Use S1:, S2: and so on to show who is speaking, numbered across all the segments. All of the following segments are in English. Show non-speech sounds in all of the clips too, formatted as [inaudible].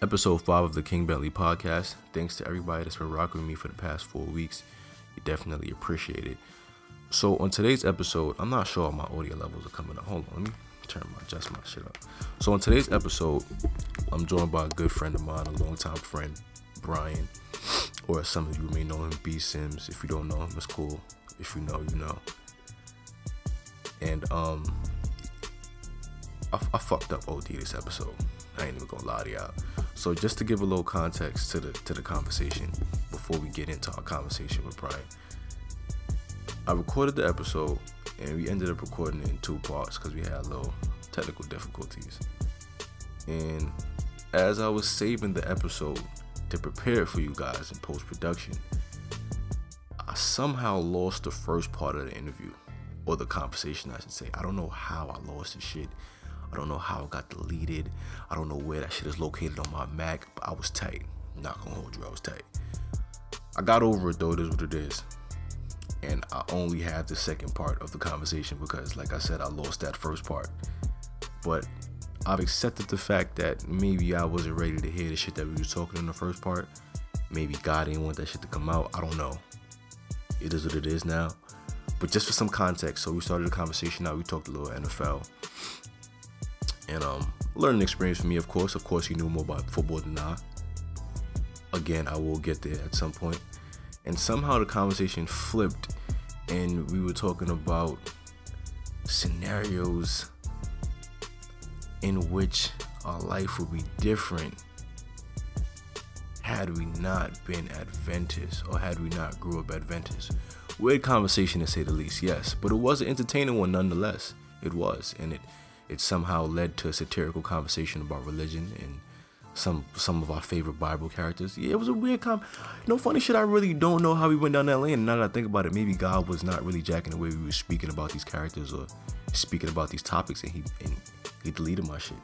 S1: episode five of the King Bentley podcast. Thanks to everybody that's been rocking with me for the past four weeks. You definitely appreciate it. So on today's episode, I'm not sure how my audio levels are coming up. Hold on, let me turn my adjust my shit up. So on today's episode, I'm joined by a good friend of mine, a longtime friend, Brian, or as some of you may know him, B Sims. If you don't know him, it's cool. If you know, you know. And um, I, I fucked up OD this episode. I ain't even gonna lie to y'all. So just to give a little context to the to the conversation before we get into our conversation with Brian, I recorded the episode and we ended up recording it in two parts because we had a little technical difficulties. And as I was saving the episode to prepare it for you guys in post production, I somehow lost the first part of the interview or the conversation, I should say. I don't know how I lost the shit. I don't know how it got deleted. I don't know where that shit is located on my Mac, but I was tight. Not gonna hold you, I was tight. I got over it though, it is what it is. And I only had the second part of the conversation because, like I said, I lost that first part. But I've accepted the fact that maybe I wasn't ready to hear the shit that we was talking in the first part. Maybe God didn't want that shit to come out. I don't know. It is what it is now. But just for some context, so we started the conversation out. We talked a little NFL and um, learning experience for me, of course. Of course, he knew more about football than I. Again, I will get there at some point. And somehow the conversation flipped, and we were talking about scenarios in which our life would be different had we not been Adventists or had we not grew up Adventists. Weird conversation to say the least, yes, but it was an entertaining one nonetheless. It was, and it it somehow led to a satirical conversation about religion and some some of our favorite Bible characters. Yeah, it was a weird com. You know, funny shit. I really don't know how we went down that lane. And now that I think about it, maybe God was not really jacking the way we were speaking about these characters or speaking about these topics, and he and he deleted my shit.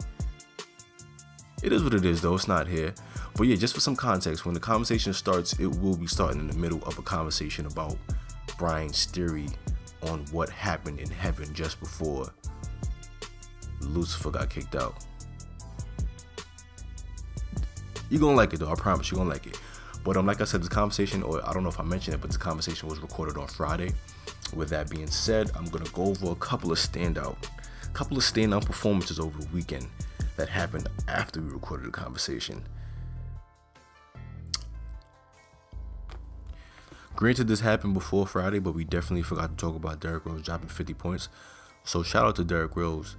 S1: It is what it is, though. It's not here. But yeah, just for some context, when the conversation starts, it will be starting in the middle of a conversation about Brian's theory on what happened in heaven just before Lucifer got kicked out. You're gonna like it though, I promise you're gonna like it. But um, like I said, this conversation, or I don't know if I mentioned it, but this conversation was recorded on Friday. With that being said, I'm gonna go over a couple of standout, couple of standout performances over the weekend that happened after we recorded the conversation. Granted, this happened before Friday, but we definitely forgot to talk about Derrick Rose dropping 50 points. So shout out to Derrick Rose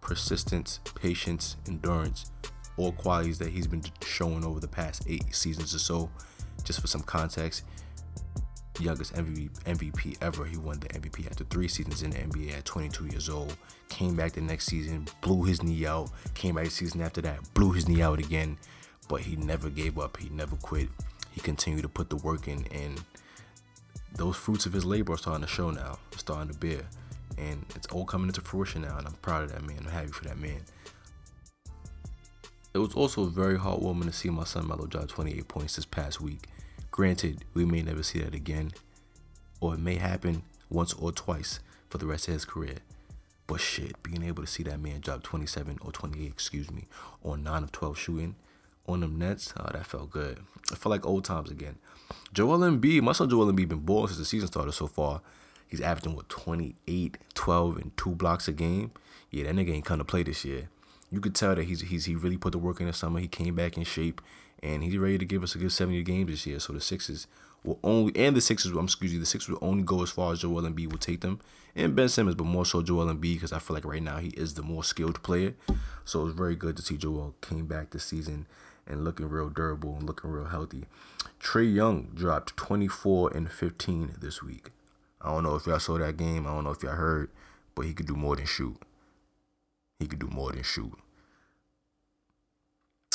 S1: persistence, patience, endurance, all qualities that he's been showing over the past eight seasons or so. Just for some context, youngest MVP, MVP ever. He won the MVP after three seasons in the NBA at 22 years old. Came back the next season, blew his knee out. Came back the season after that, blew his knee out again. But he never gave up. He never quit. He continued to put the work in, and those fruits of his labor are starting to show now. It's starting to bear and it's all coming into fruition now and i'm proud of that man i'm happy for that man it was also very heartwarming to see my son Melo drop 28 points this past week granted we may never see that again or it may happen once or twice for the rest of his career but shit being able to see that man drop 27 or 28 excuse me on 9 of 12 shooting on them Nets, oh, that felt good. It felt like old times again. Joel Embiid, my son Joel Embiid been balling since the season started so far. He's averaging what 28, 12, and two blocks a game. Yeah, that nigga ain't come to play this year. You could tell that he's he's he really put the work in the summer. He came back in shape, and he's ready to give us a good 70 games this year. So the Sixers will only and the Sixers, I'm excuse me, the Sixers will only go as far as Joel Embiid will take them, and Ben Simmons, but more so Joel Embiid because I feel like right now he is the more skilled player. So it's very good to see Joel came back this season and looking real durable and looking real healthy. Trey Young dropped 24 and 15 this week. I don't know if y'all saw that game. I don't know if y'all heard, but he could do more than shoot. He could do more than shoot.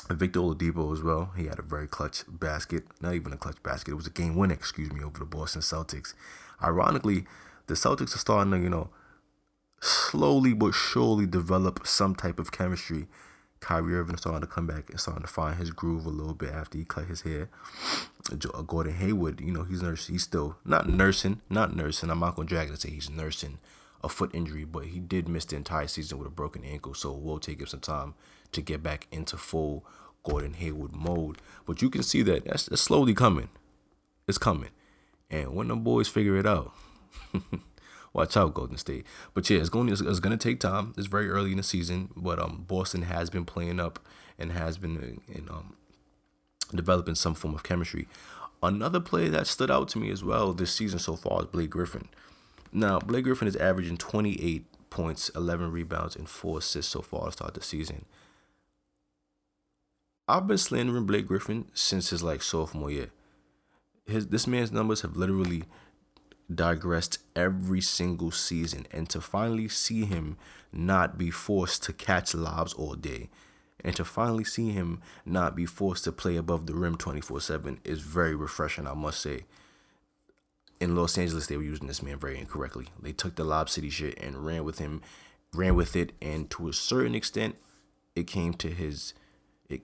S1: Victor Oladipo as well. He had a very clutch basket. Not even a clutch basket. It was a game winner, excuse me, over the Boston Celtics. Ironically, the Celtics are starting to, you know, slowly but surely develop some type of chemistry. Kyrie Irving is starting to come back and starting to find his groove a little bit after he cut his hair. uh, Gordon Hayward, you know, he's nurs- he's still not nursing, not nursing. I'm not gonna drag it and say he's nursing a foot injury, but he did miss the entire season with a broken ankle, so it will take him some time to get back into full Gordon Hayward mode. But you can see that that's it's slowly coming. It's coming. And when the boys figure it out, [laughs] watch out, Golden State. But yeah, it's going it's, it's going to take time. It's very early in the season, but um, Boston has been playing up and has been in, in, um, developing some form of chemistry. Another player that stood out to me as well this season so far is Blake Griffin. Now, Blake Griffin is averaging 28 points, 11 rebounds, and four assists so far to start the season. I've been slandering Blake Griffin since his like sophomore year. His this man's numbers have literally digressed every single season, and to finally see him not be forced to catch lobs all day, and to finally see him not be forced to play above the rim 24/7 is very refreshing, I must say in Los Angeles, they were using this man very incorrectly. They took the Lob City shit and ran with him, ran with it, and to a certain extent, it came to his, it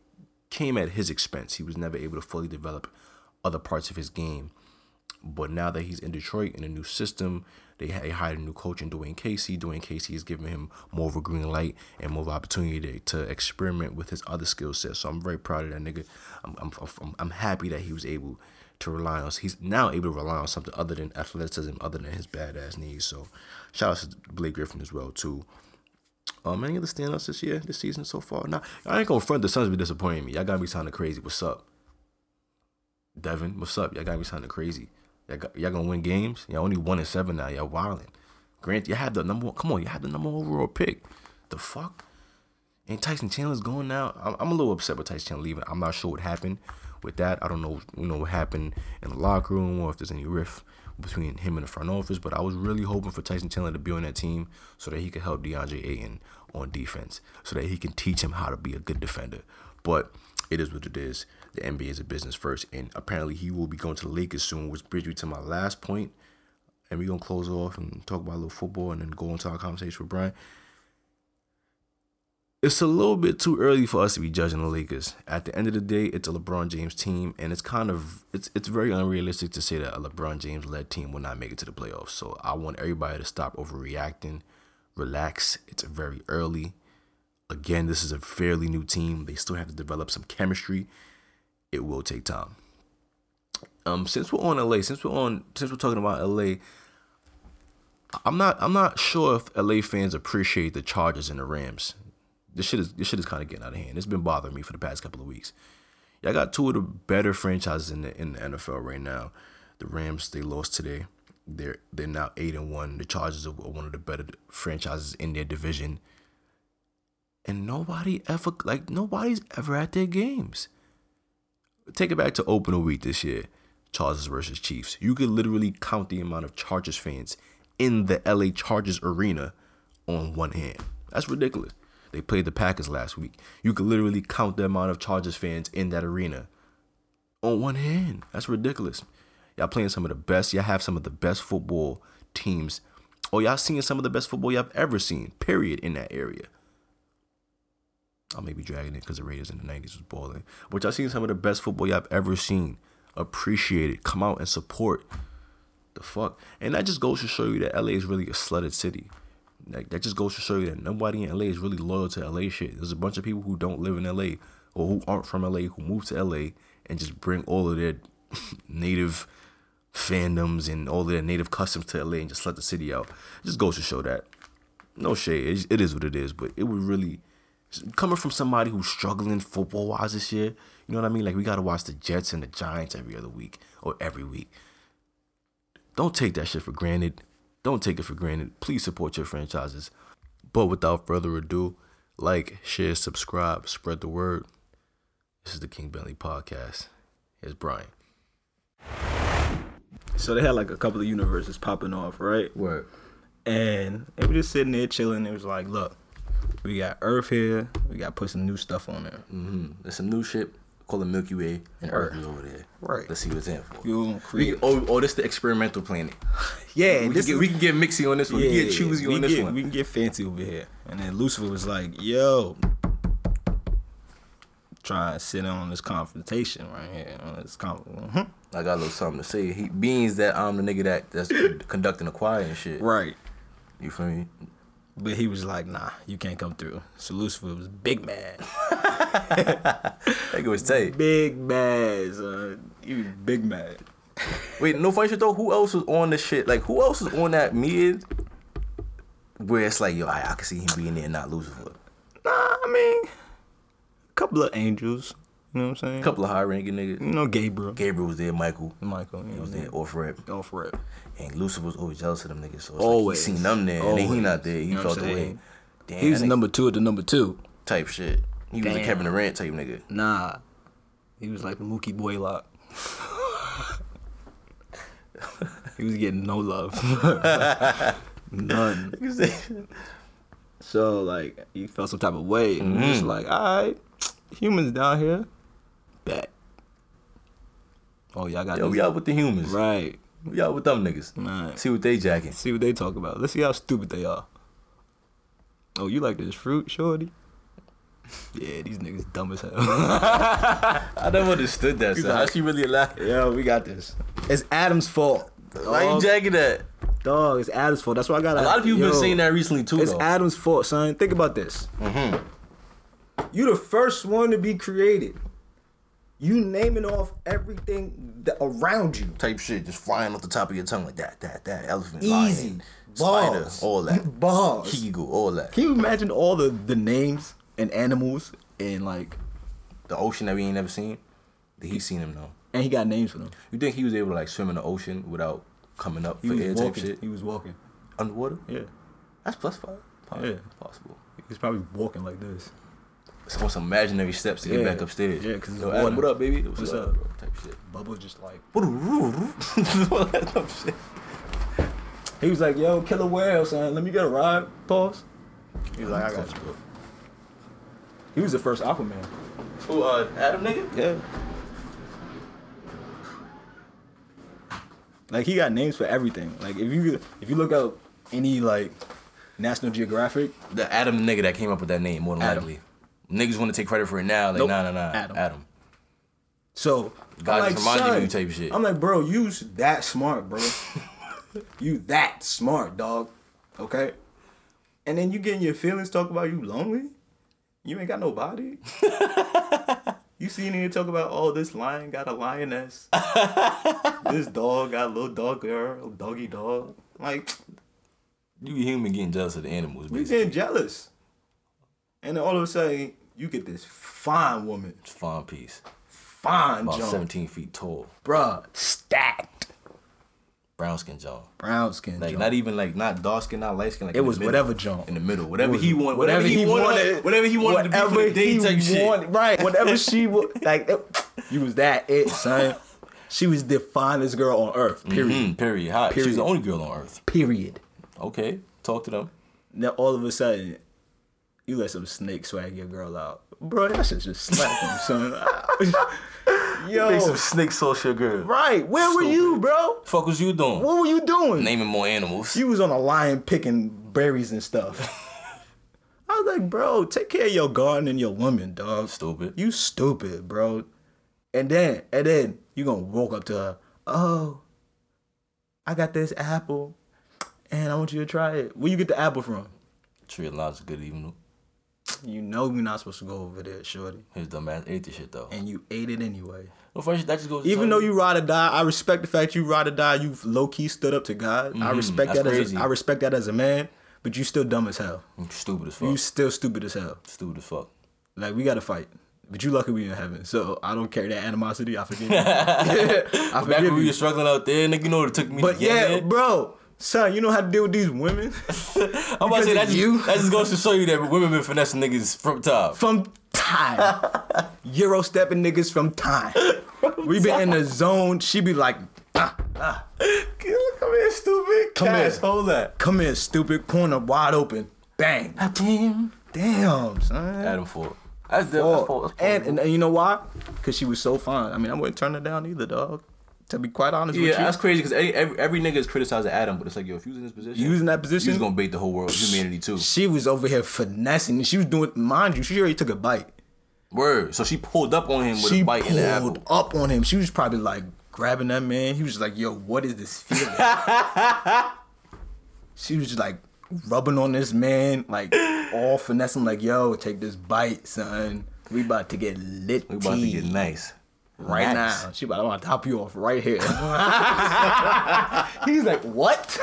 S1: came at his expense. He was never able to fully develop other parts of his game. But now that he's in Detroit in a new system, they hired a new coach in Dwayne Casey. Dwayne Casey is giving him more of a green light and more of an opportunity to, to experiment with his other skill set. So I'm very proud of that nigga. I'm, I'm, I'm, I'm happy that he was able to rely on. He's now able to rely on something other than athleticism, other than his badass knees. So, shout out to Blake Griffin as well too. Um, any other standouts this year, this season so far? Nah, I ain't gonna front the Suns be disappointing me. Y'all gotta be sounding crazy. What's up, Devin? What's up? Y'all gotta be sounding crazy. Y'all, got, y'all gonna win games? Y'all only one and seven now. Y'all wilding. Grant, you had the number. One, come on, you had the number one overall pick. The fuck. And Tyson Chandler's going now. I'm, I'm a little upset with Tyson Chandler leaving. I'm not sure what happened with that. I don't know, you know, what happened in the locker room or if there's any rift between him and the front office. But I was really hoping for Tyson Chandler to be on that team so that he could help DeAndre Ayton on defense, so that he can teach him how to be a good defender. But it is what it is. The NBA is a business first, and apparently he will be going to the Lakers soon, which brings me to my last point. And we're gonna close off and talk about a little football, and then go into our conversation with Brian it's a little bit too early for us to be judging the Lakers. At the end of the day, it's a LeBron James team, and it's kind of it's it's very unrealistic to say that a LeBron James led team will not make it to the playoffs. So I want everybody to stop overreacting, relax. It's very early. Again, this is a fairly new team. They still have to develop some chemistry. It will take time. Um, since we're on LA, since we're on since we're talking about LA, I'm not I'm not sure if LA fans appreciate the Chargers and the Rams this shit is this shit is kind of getting out of hand. It's been bothering me for the past couple of weeks. Y'all got two of the better franchises in the in the NFL right now. The Rams they lost today. They're they're now eight and one. The Chargers are one of the better franchises in their division. And nobody ever like nobody's ever at their games. Take it back to opener week this year, Chargers versus Chiefs. You could literally count the amount of Chargers fans in the LA Chargers arena on one hand. That's ridiculous. They played the Packers last week. You could literally count the amount of Chargers fans in that arena on one hand. That's ridiculous. Y'all playing some of the best. Y'all have some of the best football teams. Or y'all seeing some of the best football y'all ever seen, period, in that area. I may be dragging it because the Raiders in the 90s was balling. But y'all seen some of the best football y'all ever seen. Appreciate it. Come out and support. The fuck? And that just goes to show you that LA is really a slutted city. Like that just goes to show you that nobody in LA is really loyal to LA shit. There's a bunch of people who don't live in LA or who aren't from LA who move to LA and just bring all of their [laughs] native fandoms and all of their native customs to LA and just let the city out. It just goes to show that. No shade, it, it is what it is. But it would really coming from somebody who's struggling football wise this year. You know what I mean? Like we gotta watch the Jets and the Giants every other week or every week. Don't take that shit for granted. Don't take it for granted. Please support your franchises. But without further ado, like, share, subscribe, spread the word. This is the King Bentley Podcast. Here's Brian.
S2: So they had like a couple of universes popping off, right?
S1: Word.
S2: And they were just sitting there chilling. It was like, look, we got Earth here. We got to put some new stuff on there.
S1: Mm-hmm. There's some new shit called the Milky Way and Earth is over there.
S2: Right.
S1: Let's see what's in for.
S2: You gonna
S1: We
S2: create.
S1: can, oh, oh, this the experimental planet.
S2: [laughs] yeah,
S1: We can,
S2: this
S1: get,
S2: is-
S1: we can get mixy on this one. we can get choosy
S2: we
S1: on this
S2: get-
S1: one.
S2: We can get fancy over here. And then Lucifer was like, yo, try and sit in on this confrontation right here. On this con- Mhm.
S1: I got a little something to say. He, beans that I'm the nigga that that's conducting the choir and shit.
S2: Right.
S1: You feel me?
S2: But he was like, nah, you can't come through. So Lucifer was big mad. [laughs]
S1: That was tight.
S2: Big mad, son. You big mad.
S1: Wait, no funny shit though. Who else was on the shit? Like, who else was on that mid? Where it's like, yo, I, I can see him being there, and not Lucifer.
S2: Nah, I mean, a couple of angels. You know what I'm saying?
S1: A couple of high ranking niggas.
S2: You know, Gabriel.
S1: Gabriel was there. Michael
S2: Michael. You know
S1: was
S2: what
S1: there. Off rep.
S2: I'm Off rip.
S1: And Lucifer was always jealous of them niggas. So it's
S2: Always.
S1: Like he seen them there, and then he
S2: Always.
S1: not there. He
S2: You know what
S1: felt
S2: I'm
S1: the way.
S2: saying?
S1: Damn,
S2: He was
S1: that nigga-
S2: number two of the number two.
S1: type shit. He was a
S2: Damn.
S1: Kevin Durant type nigga.
S2: Nah. He was like the Mookie Boylock. he was getting no love. [laughs] None. So like you felt some type of way, and you're just
S1: Mm-hmm.
S2: like, all right, humans down here, bet. Oh y'all got
S1: Yo,
S2: this
S1: we out with the humans.
S2: right.
S1: We out with them niggas.
S2: Right.
S1: See what they jacking.
S2: See what they talk about. Let's see how stupid they are. Oh, you like this fruit, shorty? Yeah, these niggas dumb as hell. [laughs]
S1: I never understood that. So how she really alive?
S2: Yo, we got this. It's Adam's fault.
S1: Why you
S2: Dog,
S1: jacking that?
S2: dog it's Adam's fault. That's why I got
S1: A lot of people
S2: Yo,
S1: been saying that recently too.
S2: It's
S1: though.
S2: Adam's fault, son. Think about this. You the first one to be created. You naming off everything that around you.
S1: type shit just flying off the top of your tongue like that, that, that elephant,
S2: Easy.
S1: lion, spider,
S2: Balls.
S1: all that,
S2: [laughs] Balls.
S1: eagle, all that.
S2: Can you imagine all the, the names and animals and like
S1: The ocean that we ain't never seen. He seen him though.
S2: and he got names for them.
S1: You think he was able to like swim in the ocean without coming up
S2: He
S1: for
S2: was
S1: air
S2: walking.
S1: type shit
S2: He was walking.
S1: underwater?
S2: Yeah.
S1: That's plus five. Possible.
S2: Yeah.
S1: Possible.
S2: He was probably walking like this.
S1: It's on some imaginary steps to get
S2: Yeah.
S1: back upstairs.
S2: Yeah, 'cause it's
S1: Yo, Adam,
S2: water.
S1: what up, baby?
S2: What's
S1: good,
S2: up?
S1: bro? Type shit.
S2: Bubble just like
S1: [laughs] All that type shit.
S2: He was like, yo, killer whale, son, let me get a ride. Pause. He was like, I got you. He was the first Aquaman.
S1: Who, uh, Adam nigga?
S2: Yeah. Like he got names for everything. Like if you if you look up any like National Geographic,
S1: The Adam nigga that came up with that name, more than
S2: Adam.
S1: likely. Niggas want to take credit for it now. Like,
S2: Nope.
S1: nah, nah, nah.
S2: Adam.
S1: Adam.
S2: so
S1: God
S2: I'm like,
S1: just reminded
S2: son,
S1: you type shit.
S2: I'm like, bro, you s- that smart,
S1: [laughs]
S2: bro. you that smart, dog. Okay. And then you getting your feelings talk about you lonely. You ain't got
S1: [laughs]
S2: no body. you seen here talk about oh this lion got
S1: [laughs]
S2: a lioness. this dog got a little dog girl, doggy dog. Like
S1: You human getting jealous of the animals,
S2: you
S1: basically.
S2: getting jealous. And then all of a sudden you get this fine woman,
S1: Fine piece.
S2: fine
S1: About
S2: John,
S1: 17 feet tall.
S2: bruh, stacked,
S1: Brown skin John.
S2: brown skin.
S1: Like
S2: John.
S1: not even like not dark skin, not light skin. Like
S2: It
S1: in the
S2: was
S1: middle.
S2: whatever John.
S1: in the middle, whatever he wanted, whatever, he, wanted, whatever he wanted to be for the day type shit.
S2: Right,
S1: [laughs]
S2: whatever she would like. That, you was that it, son. She was the finest girl on earth. Period.
S1: Mm, period. Hot. She's
S2: Period.
S1: the only girl on earth.
S2: Period.
S1: Okay, talk to them.
S2: Now all of a sudden, you let some snake swag your girl out, bro. That shit just slap you,
S1: [laughs]
S2: son. [laughs] Yo,
S1: snake social girl.
S2: right? Where were you, bro?
S1: Fuck was you doing?
S2: What were you doing?
S1: Naming more animals.
S2: You was on a lion picking berries and
S1: [laughs]
S2: stuff. I was like, bro, take care of your garden and your woman, dog.
S1: Stupid.
S2: You stupid, bro. And then, and then you gonna walk up to her. Oh, I got this apple, and I want you to try it. Where you get the apple from?
S1: Tree Lodge good even though.
S2: You know you're not supposed to go over there, shorty.
S1: His dumb ass ate this shit though.
S2: And you ate it anyway.
S1: No funny shit. That just goes. to
S2: Even
S1: tell
S2: though you ride or die, I respect the fact you ride or die. You low key stood up to God. I respect
S1: Mm-hmm. That's
S2: that. As
S1: crazy.
S2: a, I respect that as a man. But you still dumb as hell.
S1: you mm, stupid as fuck.
S2: You still stupid as hell.
S1: stupid as fuck.
S2: Like we gotta fight. But you lucky we in heaven, so I don't carry that animosity. I forgive you. [laughs] I
S1: Back
S2: forgive
S1: when we
S2: you.
S1: were struggling out there, nigga, you know what it took me to
S2: But
S1: get
S2: yeah,
S1: there?
S2: bro, son, you know how to deal with these women [laughs]
S1: I'm about to say
S2: because
S1: that
S2: of
S1: just,
S2: you.
S1: that just goes to show you that women been finessing niggas from time.
S2: from time. Euro stepping niggas from time. we been in the zone. She be like, ah, ah,
S1: Come here, stupid. Come
S2: Cash,
S1: hold that.
S2: come here, stupid corner wide open. Bang.
S1: Damn.
S2: Damn, son.
S1: Adam Ford. That's the
S2: Oh,
S1: that's Ford. That's Ford.
S2: and, and and you know why? Cause she was so fine. I mean, I wouldn't turn her down either, dog. To be quite honest
S1: yeah,
S2: with you.
S1: that's crazy because every, every every nigga is criticizing Adam, but it's like yo, if you was in this position,
S2: You was in that
S1: you
S2: position?
S1: was gonna bait the whole world, humanity too.
S2: She was over here finessing. She was doing, mind you, she already took a bite.
S1: Word. So she pulled up on him with
S2: She
S1: a bite in the
S2: pulled
S1: apple.
S2: up on him. She was probably like
S1: [laughs]
S2: grabbing that man. He was just like, "Yo, what is this feeling?" she was just like, rubbing on this man, like all finessing, like, yo, take this bite, son. We about to get lit.
S1: We about to get nice.
S2: right
S1: nice.
S2: now. She about to want to top you off right [laughs] here. He's like, what?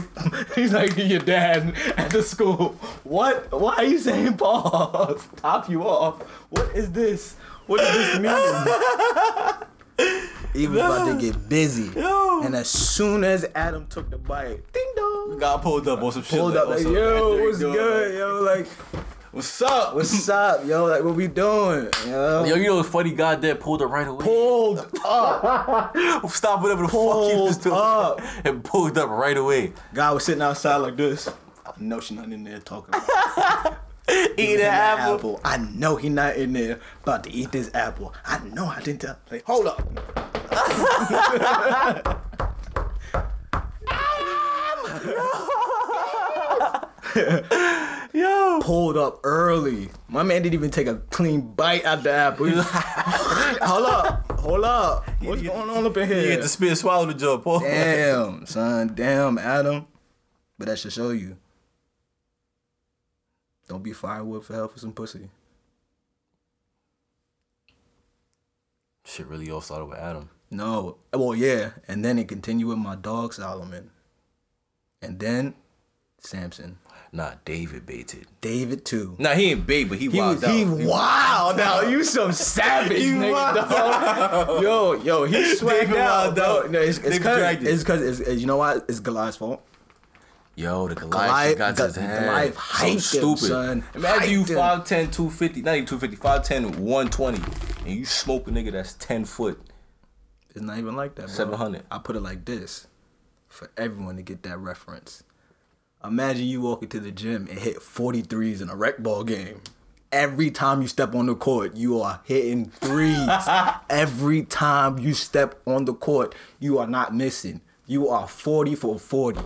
S2: [laughs] He's like your dad at the school. What? Why are you saying pause? Top you off? What is this? What does this [laughs] mean? He was about to get [laughs] busy.
S1: Yo.
S2: And as soon as Adam took the bite, ding dong.
S1: Got pulled up on some shit.
S2: Pulled
S1: like,
S2: up like,
S1: also,
S2: yo,
S1: after
S2: what's
S1: doing
S2: good?
S1: that.
S2: Yo, like,
S1: What's up?
S2: [laughs] what's up? Yo, like, what we doing? Yo,
S1: Yo, you know what's funny? God that pulled up right away.
S2: pulled up.
S1: [laughs] Stop whatever the fuck you was
S2: Pulled
S1: doing.
S2: up.
S1: [laughs] And pulled up right away.
S2: Guy was sitting outside like this. I know she not in there talking about
S1: Eat an
S2: eating that
S1: apple.
S2: apple. I know he not in there about to eat this apple. I know I didn't tell. Like, hold up.
S1: Yo.
S2: Pulled up early. My man didn't even take a clean bite out the apple. He was like, hold up, hold up. What's
S1: You-
S2: going on up in
S1: You
S2: here?
S1: get to spit and swallow the job, Paul.
S2: Damn, son. Damn, Adam. But that should show you. Don't be firewood for hell for some pussy.
S1: Shit really all started with Adam.
S2: No. Well, yeah. And then it continued with my dog Solomon. And then Samson.
S1: Nah, David baited.
S2: David too.
S1: Nah, he ain't bait, but he,
S2: He
S1: wild
S2: was he
S1: out.
S2: wild out. You [laughs] some savage
S1: He
S2: nigga,
S1: wild
S2: dog. Yo, yo, he swagged
S1: David
S2: out,
S1: wild
S2: bro.
S1: out.
S2: No, it's
S1: David dragged it.
S2: because it's because you know what? It's Goliath's fault.
S1: Yo, the Goliath,
S2: Goliath-
S1: got to his
S2: Go-
S1: head.
S2: Goliath hyped him,
S1: so stupid.
S2: son.
S1: Imagine you
S2: Hyped him.
S1: 5'10", 250, not even 250, 5'10", 120, and you smoke a nigga that's 10 foot.
S2: It's not even like that. Bro.
S1: 700.
S2: I put it like this, for everyone to get that reference. Imagine you walk into the gym and hit 43s in a rec ball game. Every time you step on the court, you are hitting
S1: [laughs]
S2: threes. Every time you step on the court, you are not missing. You are 40
S1: [laughs]
S2: for 40.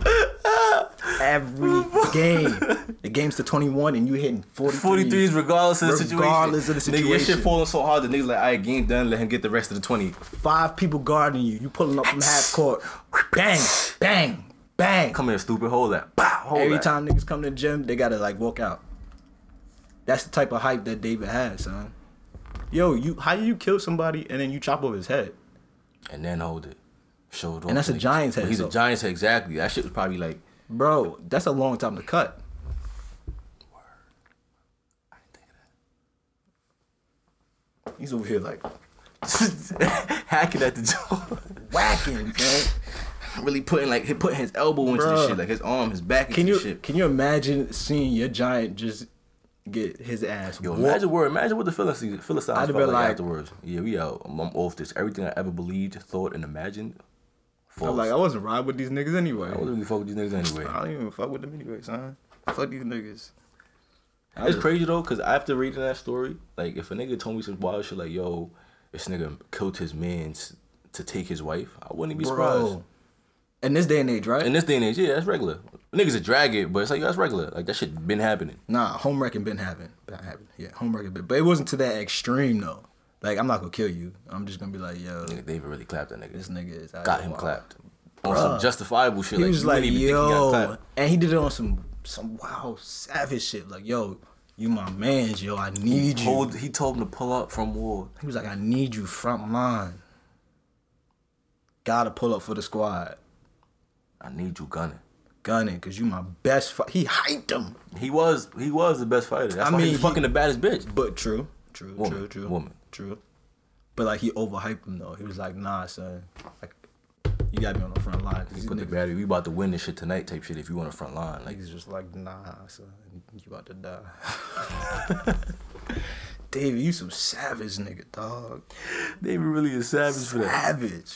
S2: Every game. The game's to 21 and you hitting 43s.
S1: 43s regardless of the situation.
S2: Regardless of the
S1: Nigga, your shit
S2: situation.
S1: falling so hard, the nigga's like, all right, game done, let him get the rest of the 20.
S2: five people guarding you. You pulling up from half court. Bang, bang, bang.
S1: Come here, stupid, hold that. Bow, hold
S2: Every
S1: that.
S2: time niggas come to the gym, they gotta like walk out. That's the type of hype that David has, son. Yo, you how you kill somebody and then you chop off his head?
S1: And then hold it. Show it off.
S2: And that's a
S1: nigga.
S2: Giants head,
S1: But He's
S2: so-
S1: a Giants head, exactly. That shit was probably like, [laughs]
S2: Bro, that's a long time to cut. He's over here like
S1: hacking at the jaw. [laughs]
S2: whacking, man.
S1: really putting like he putting his elbow into the
S2: Bruh.
S1: shit, like his arm, his back into
S2: Can you
S1: the shit.
S2: can you imagine seeing your giant just get his ass?
S1: Yo,
S2: whooped?
S1: imagine where, imagine what the feelings, feelings felt
S2: been
S1: like,
S2: like-
S1: afterwards. Yeah, we out. I'm, I'm off this. Everything I ever believed, thought, and imagined. False.
S2: I'm like, I wasn't ride with these niggas anyway.
S1: I wasn't really fuck with these niggas anyway.
S2: I don't even fuck with them anyway, son. Fuck these niggas.
S1: It's crazy though, cause after reading that story, like if a nigga told me some wild shit, like yo, this nigga killed his man's to take his wife, I wouldn't be surprised.
S2: Bro. In this day and age, right?
S1: In this day and age, yeah, that's regular. Niggas a drag it, but it's like yo, that's regular. Like that shit been happening.
S2: nah, home wrecking been happening. Been happening. Yeah, home wrecking been. But it wasn't to that extreme though. Like I'm not gonna kill you. I'm just gonna be like, yo,
S1: Nigga, David really clapped that nigga.
S2: this nigga is out
S1: got
S2: of
S1: him
S2: wild.
S1: clapped on some justifiable shit.
S2: He
S1: like,
S2: was
S1: you
S2: like,
S1: wouldn't even think he got
S2: yo,
S1: clapped.
S2: and he did it on some some wild savage shit. Like, yo, you my man's, yo, I need you.
S1: Told, he told him to pull up from war.
S2: He was like, I need you front line. Gotta pull up for the squad.
S1: I need you gunning.
S2: Gunning, cause you my best. Fi-. He hyped him.
S1: He was he was the best fighter. That's
S2: I
S1: why
S2: mean,
S1: he was
S2: he-
S1: fucking the baddest bitch.
S2: But true, true,
S1: Woman,
S2: true, true,
S1: woman.
S2: true. But like he overhyped him though. He was like, "Nah, son, like you gotta be on the front line." 'cause
S1: He
S2: these
S1: put the
S2: niggas,
S1: battery. We about to win this shit tonight. Type shit. If you on the front line, like
S2: niggas just like, "Nah, son, you about to die." [laughs] David, you some savage nigga, dog.
S1: David really is savage for that.
S2: Savage.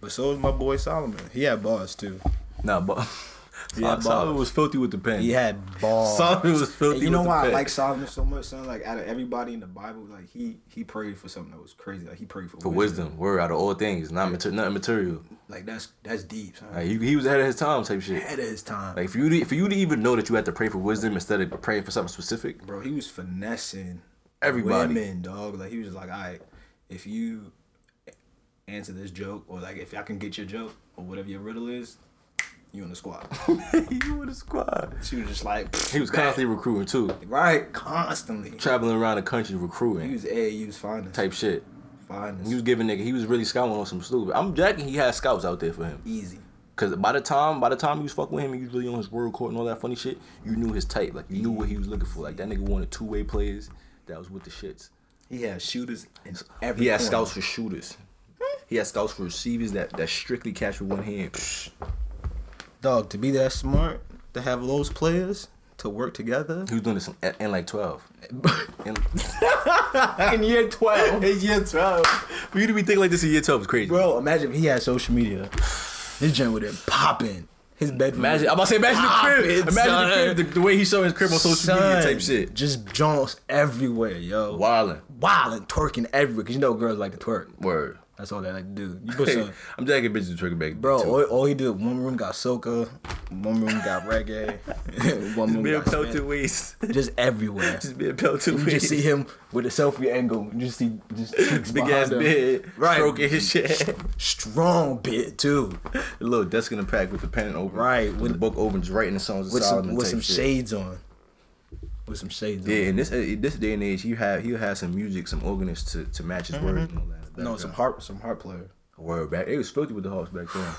S2: But so was my boy Solomon. He had bars too.
S1: [laughs] Nah, but [laughs]
S2: Yeah,
S1: Sol- Solomon
S2: bars.
S1: was filthy with the pen.
S2: He had bars.
S1: Solomon was filthy.
S2: And you know
S1: with the
S2: why I
S1: pen.
S2: like Solomon so much, son? Like out of everybody in the Bible, like he he prayed for something that was crazy. Like he prayed for,
S1: For wisdom, word out of all things, not mater- nothing material.
S2: Like that's that's deep, son.
S1: Like, he, he was ahead of his time, type shit.
S2: ahead of his time.
S1: Like for you, to, for you to even know that you had to pray for wisdom instead of praying for something specific, [laughs]
S2: bro, he was finessing
S1: Everybody.
S2: women, dog. Like he was just like, all right, if you answer this joke or like if I can get your joke or whatever your riddle is, You in the squad.
S1: [laughs] you were the squad.
S2: She was just like,
S1: He was constantly recruiting too,
S2: right, constantly.
S1: traveling around the country
S2: He
S1: recruiting
S2: was A, he was finest.
S1: type shit. He
S2: Finest.
S1: was giving nigga. He was really scouting on some stupid. I'm jacking. He had scouts out there for him.
S2: Easy.
S1: Cause by the time, by the time you was fucking with him, and you was really on his world court and all that funny shit. You knew his type. Like you knew what he was looking for. Like that nigga wanted two way players. That was with the shits.
S2: He had shooters in every
S1: He had
S2: corner.
S1: scouts for shooters. He had scouts for receivers that, that strictly catch with one hand. Psh.
S2: Dog, to be that smart, to have those players to work together.
S1: He was doing this in, in like 12.
S2: [laughs]
S1: In,
S2: in year 12. [laughs] In year 12.
S1: for you to be thinking like this in year 12 is crazy.
S2: Bro, imagine if he had social media. This gym would have popping. His bedroom.
S1: Imagine, I'm about to say, imagine the
S2: Pop
S1: crib.
S2: it,
S1: imagine
S2: son.
S1: the crib, the, the way he showed his crib on social media
S2: Ah, Son,
S1: type shit.
S2: Just jaunts everywhere, yo.
S1: Wildin'.
S2: Wild and twerking everywhere. Cause you know girls like to twerk.
S1: Word.
S2: That's all they like to do. You
S1: [laughs]
S2: put some,
S1: I'm jacking bitches to trigger back.
S2: bro,
S1: too.
S2: all, all he did, one room got soca, one room got reggae, [laughs] one room
S1: being
S2: got
S1: pelted
S2: Spanish.
S1: waist. [laughs]
S2: just everywhere.
S1: Just being pelted
S2: You
S1: waist.
S2: just see him with a selfie angle. You just see just
S1: [laughs]
S2: cheeks
S1: Big
S2: behind
S1: ass
S2: him.
S1: bed,
S2: Right.
S1: stroking his
S2: [laughs]
S1: shit.
S2: Strong bit too.
S1: A little desk in the pack with the pen open.
S2: Right,
S1: With
S2: with-
S1: the book open, just writing the songs of
S2: With
S1: Solomon
S2: some with
S1: type
S2: some
S1: shit.
S2: shades on. With some shades
S1: Yeah,
S2: on.
S1: in this in this day and age, you have he'll have some music, some organist to, to match his words and all that. uh,
S2: No, some harp some harp player.
S1: word back. It was filthy with the harps back
S2: [sighs]
S1: then.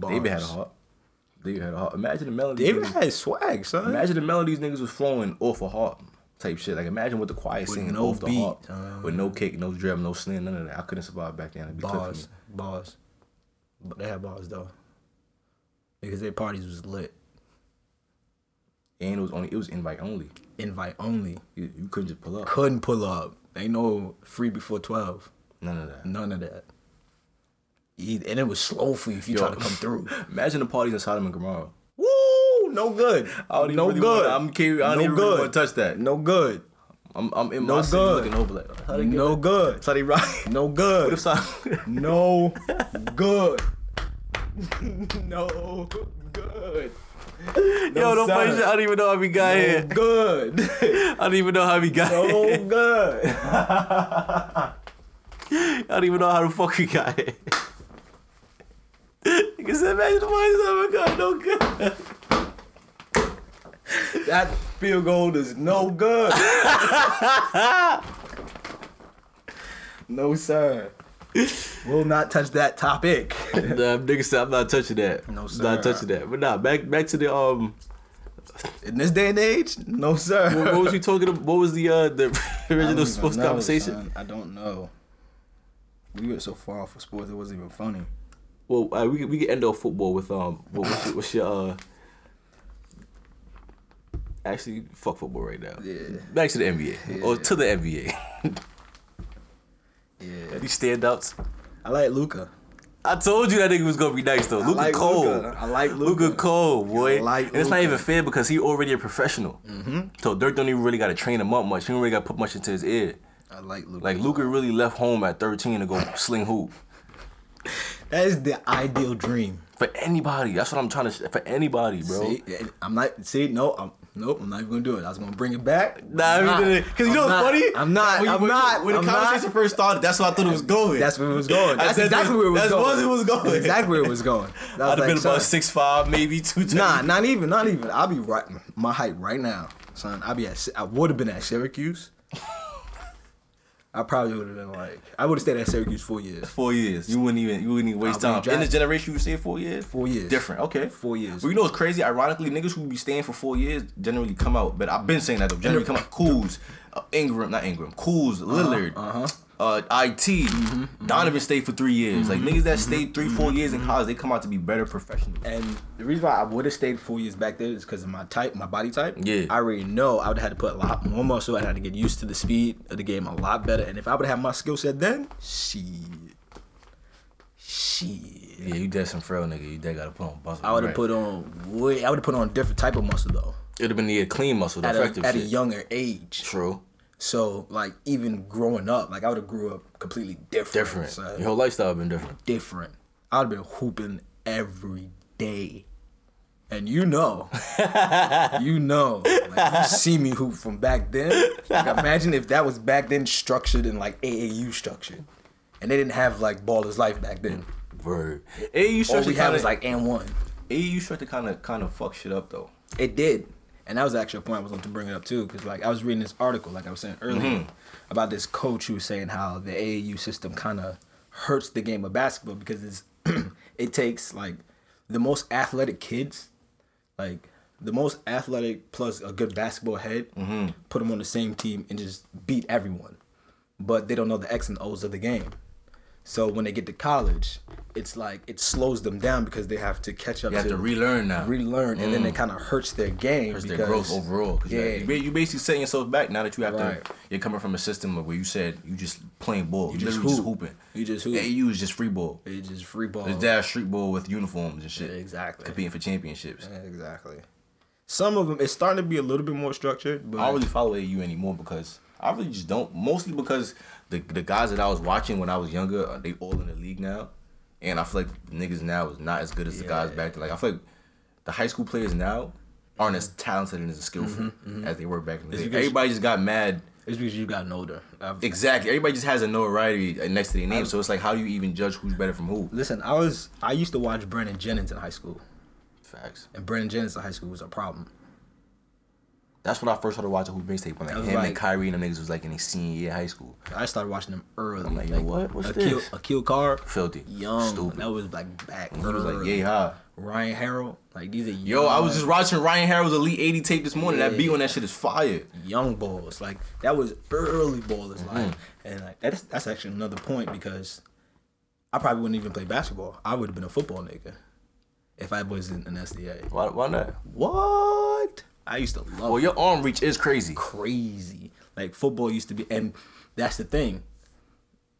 S1: David had a
S2: Bars.
S1: harp. David had a harp. Imagine the melody.
S2: David had swag, son.
S1: Imagine the melodies niggas was flowing off a harp type shit. Like imagine what the choir singing
S2: no
S1: off the
S2: beat,
S1: harp
S2: um,
S1: with no kick, no drum, no snare, none of that. I couldn't survive back then. It'd be tough for me.
S2: Bars, bars. But they had bars though, because their parties was lit,
S1: And it was only it was invite only.
S2: invite only.
S1: You, you couldn't just pull up.
S2: Couldn't pull up. Ain't no free before twelve.
S1: None of that.
S2: None of that. E- And it was slow for you if you
S1: Yo.
S2: try to come through.
S1: Imagine the parties in Sodom and Gomorrah.
S2: [laughs] Woo! No good.
S1: I don't even
S2: no
S1: really
S2: good.
S1: wanna- I'm kidding. I don't even really wanna touch that.
S2: No good.
S1: I'm I'm in
S2: No
S1: my city
S2: good.
S1: looking over like how they get
S2: No good.
S1: [laughs] Saudi right.
S2: No good.
S1: What if Sodom?
S2: No good. [laughs] no good.
S1: Yo,
S2: No,
S1: don't play
S2: sir.
S1: shit. I don't even know how we got
S2: No
S1: here.
S2: good. [laughs]
S1: I don't even know how we got here.
S2: No good.
S1: I don't even know how the fuck we got here. [laughs] You can say, imagine the parties in Sodom and Gomorrah. No good.
S2: That field goal is
S1: [laughs]
S2: no good. no, sir. Will not touch that topic.
S1: [laughs] Nah, nigga said I'm not touching that.
S2: No,
S1: I'm
S2: sir.
S1: Not touching that. But nah, back back to the um.
S2: In this day and age, no, sir.
S1: What, what was we talking? About? What was the uh the [laughs]
S2: I don't
S1: original
S2: even
S1: sports
S2: know,
S1: conversation?
S2: son. I don't know. We went so far off of sports, it wasn't even funny.
S1: Well, uh, we could- we could end off football with um. What, what's, your, what's your uh? Actually, fuck football right now.
S2: Yeah.
S1: Back to the NBA or to the NBA.
S2: Yeah.
S1: These standouts.
S2: I like Luca.
S1: I told you that nigga was gonna be nice though. Luca
S2: like
S1: Cole.
S2: Luka. I like
S1: Luca
S2: Luka.
S1: Cole, boy.
S2: I like
S1: and it's not
S2: Luka. Mm-hmm.
S1: even fair because he already a professional. So Dirk don't even really gotta train him up much. He don't really gotta put much into his ear.
S2: I like Luca.
S1: Like Luca really left home at 13 to go [laughs] sling hoop.
S2: that is the ideal dream.
S1: For anybody, that's what I'm trying to. sh- For anybody, bro.
S2: See, and I'm not. See, no, I'm. Nope, I'm not even gonna do it. I was gonna bring it back.
S1: Nah,
S2: I'm
S1: we
S2: not.
S1: didn't. Because you
S2: I'm
S1: know what's
S2: not.
S1: funny?
S2: I'm not.
S1: When,
S2: I'm
S1: when-
S2: not.
S1: When the
S2: I'm
S1: conversation
S2: not.
S1: first started, that's what I thought it was going.
S2: That's where it was
S1: [laughs]
S2: going. That's
S1: said
S2: exactly
S1: that-
S2: where it was
S1: that's
S2: going.
S1: where it was going.
S2: That's exactly where it
S1: [laughs]
S2: was going. That
S1: I'd
S2: was
S1: have been
S2: like,
S1: about
S2: son,
S1: six five, maybe two.
S2: Nah, not even, not even. I'll be right my height right now, son. I'll be at. I would have been
S1: [laughs]
S2: at Syracuse. I probably would have been like. I would have stayed at Syracuse four years.
S1: Four years. You wouldn't even. You wouldn't even waste
S2: I'll be
S1: time. In
S2: drafted.
S1: this generation, you say four years.
S2: Four years.
S1: Different. Okay.
S2: Four years.
S1: Well, you know what's crazy? Ironically, niggas who be staying for four years generally come out. But I've been saying that though. Generally come out. Cools, uh, Ingram, not Ingram. Cools, Lillard. Uh-huh. Mm-hmm, it Donovan stayed for three years. Like niggas that stayed three, four years in college, they come out to be better professionals.
S2: And the reason why I would have stayed four years back there is because of my type, my body type.
S1: Yeah.
S2: I already know I would have had to put a lot more muscle. I had to get used to the speed of the game a lot better. And if I would have had my skill set then, shit, shit,
S1: Yeah, you dead some frail nigga. You dead gotta put on muscle.
S2: I would have put on way. I would have put on a different type of muscle though.
S1: It'd have been the clean muscle, the
S2: At
S1: effective
S2: a, at a
S1: shit.
S2: younger age.
S1: True.
S2: So like even growing up, like I would have grew up completely different.
S1: Different.
S2: So,
S1: Your whole lifestyle been different.
S2: different. I'd have been hooping every day. And you know, you know, like, you see me hoop from back then. Like, imagine if that was back then structured in like AAU structured, and they didn't have like ballers life back then.
S1: Word. Hey, you
S2: All
S1: structure
S2: we had
S1: kinda,
S2: was like and one.
S1: AAU structure kind of kind of fucked shit up though.
S2: It did. And that was actually a point I was going to bring it up too, because like I was reading this article, like I was saying earlier,
S1: Mm-hmm.
S2: about this coach who was saying how the AAU system kind of hurts the game of basketball because it's [clears throat] it takes like the most athletic kids, like the most athletic plus a good basketball head,
S1: Mm-hmm.
S2: put them on the same team and just beat everyone, but they don't know the X and O's of the game. So when they get to college, it's like it slows them down because they have to catch up.
S1: You have to relearn now.
S2: relearn, and then it kind of hurts their game.
S1: Mm. Hurts
S2: because,
S1: their growth overall. 'cause you-
S2: yeah.
S1: you ba- you basically setting yourself back now that you have
S2: Right.
S1: to. You're coming from a system of where you said you just playing ball, you
S2: just
S1: literally just
S2: hoop.
S1: hooping.
S2: You just hoop.
S1: AAU is just free ball.
S2: It just free ball.
S1: It's that street ball with uniforms and shit.
S2: Yeah, exactly.
S1: Competing for championships.
S2: Exactly. Some of them, it's starting to be a little bit more structured, but
S1: I don't really follow AU anymore because I really just don't. Mostly because the the guys that I was watching when I was younger, uh, they all in the league now, and I feel like niggas now is not as good as the guys back then. Like I feel like the high school players now aren't as talented and as skillful Mm-hmm, as they were back in the day.
S2: because-
S1: Everybody just got mad.
S2: it's because you've gotten older. I've,
S1: Exactly. Everybody just has a notoriety uh, next to their name, so it's like how do you even judge who's better from who?
S2: listen, I was I used to watch Brandon Jennings in high school,
S1: Facts.
S2: and Brandon Jennings in high school was a problem.
S1: That's when I first started watching Hoop Mixtape when like
S2: was
S1: him
S2: like-
S1: and Kyrie and them niggas was like in their senior year of high school.
S2: I started watching him early.
S1: I'm like, yo, what? What's
S2: Akil,
S1: this?
S2: Akil Carr,
S1: Filthy.
S2: young,
S1: Stupid.
S2: that was like back.
S1: He was like,
S2: early.
S1: yay, hi.
S2: Ryan Harrell, like these are young,
S1: Yo, I was just watching Ryan Harrell's Elite 80 tape this morning. That beat on that shit is fire.
S2: young balls. Like that was early ballers
S1: Mm-hmm.
S2: life, and like that's that's actually another point because I probably wouldn't even play basketball. I would have been a football nigga if I wasn't an SDA.
S1: Why, why not?
S2: What? I used to love
S1: Well, your arm reach is crazy.
S2: crazy. Like football used to be, and that's the thing.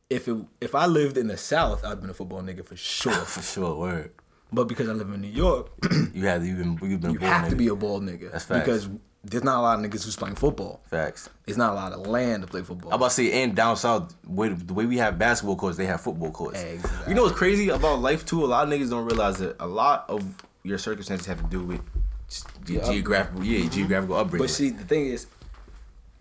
S2: If it, if I lived in the South, I'd been a football nigga
S1: [laughs]
S2: for sure.
S1: For sure, word.
S2: but because I live in New York,
S1: You have you've been you've been
S2: you
S1: born
S2: have to
S1: nigga.
S2: be a ball nigga
S1: That's facts.
S2: because there's not a lot of niggas who's playing football.
S1: facts.
S2: There's not a lot of land to play football.
S1: I'm about to say, and down south, with the way we have basketball courts, they have football courts.
S2: Exactly.
S1: You know what's crazy about life too? A lot of niggas don't realize that a lot of your circumstances have to do with just your geographical, yeah, Mm-hmm. geographical upbringing.
S2: But see, the thing is,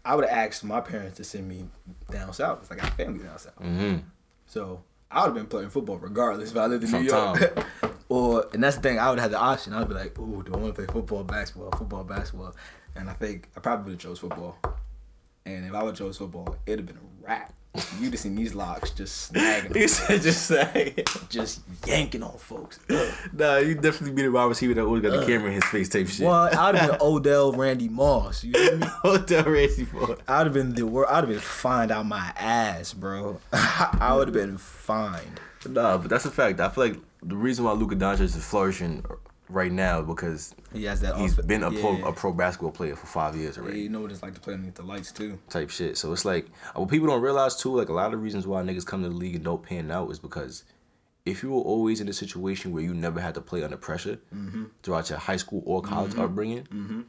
S2: I would have asked my parents to send me down south. 'cause I got family down south. So I would have been playing football regardless if I lived in New York. [laughs] or and that's the thing, I would have had the option. I would be like, ooh, do I want to play football, basketball, football, basketball? And I think I probably would have chose football. And if I would have chose football, it'd have been a wrap. You'd have seen these locks just
S1: [laughs] [laughs]
S2: snagging,
S1: you said just say,
S2: just yanking on folks. Ugh.
S1: nah, you definitely be the wide receiver that always got the camera in his face type shit. [laughs]
S2: Well, I'd have been Odell, Randy Moss. You know me?
S1: Hotel Randy for.
S2: I'd have been the word. I'd have been fined out my ass, bro. [laughs] I would have been fined.
S1: Nah, but that's a fact. I feel like the reason why Luka Doncic is flourishing right now because
S2: He has that.
S1: he's
S2: off-
S1: been a pro,
S2: Yeah.
S1: a pro basketball player for five years
S2: Yeah,
S1: already,
S2: you know what it's like to play underneath the lights too.
S1: type shit. So it's like what people don't realize too. Like a lot of reasons why niggas come to the league and don't pan out is because if you were always in a situation where you never had to play under pressure
S2: Mm-hmm.
S1: throughout your high school or college upbringing.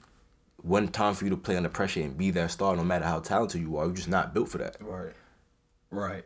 S1: One time for you to play under pressure and be that star, no matter how talented you are, you're just not built for that.
S2: Right. Right.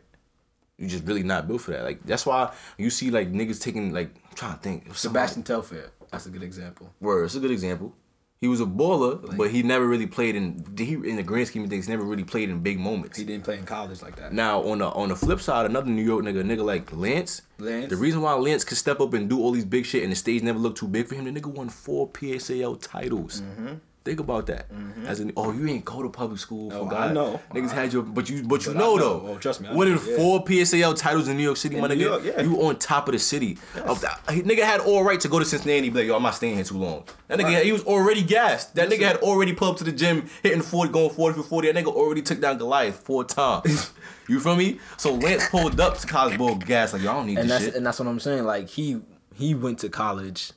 S1: You're just really not built for that. Like that's why you see like niggas taking like I'm trying to think. Sebastian.
S2: Sebastian Telfair. That's a good example.
S1: Word, it's a good example. He was a baller, but he never really played in he in the grand scheme of things. Never really played in big moments.
S2: He didn't play in college like that.
S1: Now on the on the flip side, another New York nigga, a nigga like Lance.
S2: Lance.
S1: The reason why Lance could step up and do all these big shit and the stage never looked too big for him, the nigga won four PSAL titles.
S2: Mm-hmm.
S1: Think about that. As in, oh, you ain't go to public school.
S2: No,
S1: for
S2: Mm-hmm. Oh, I know.
S1: Niggas had your, but you, but you
S2: But I
S1: know,
S2: know.
S1: though.
S2: Oh, trust me, I
S1: Winning
S2: know, yeah.
S1: four PSAL titles in New York City, my
S2: New
S1: nigga.
S2: York, yeah.
S1: You on top of the city. Of the- he- nigga had all right to go to Cincinnati. Be like, yo, I'm not staying here too long. That nigga, he was already gassed. That nigga had already pulled up to the gym, hitting 40, going 40 for 40. That nigga already took down Goliath four
S2: [laughs]
S1: times. you feel me? So Lance pulled up to College Bowl gas. Like, yo, I don't need
S2: and
S1: this
S2: that's
S1: shit.
S2: and that's what I'm saying. Like he he went to college,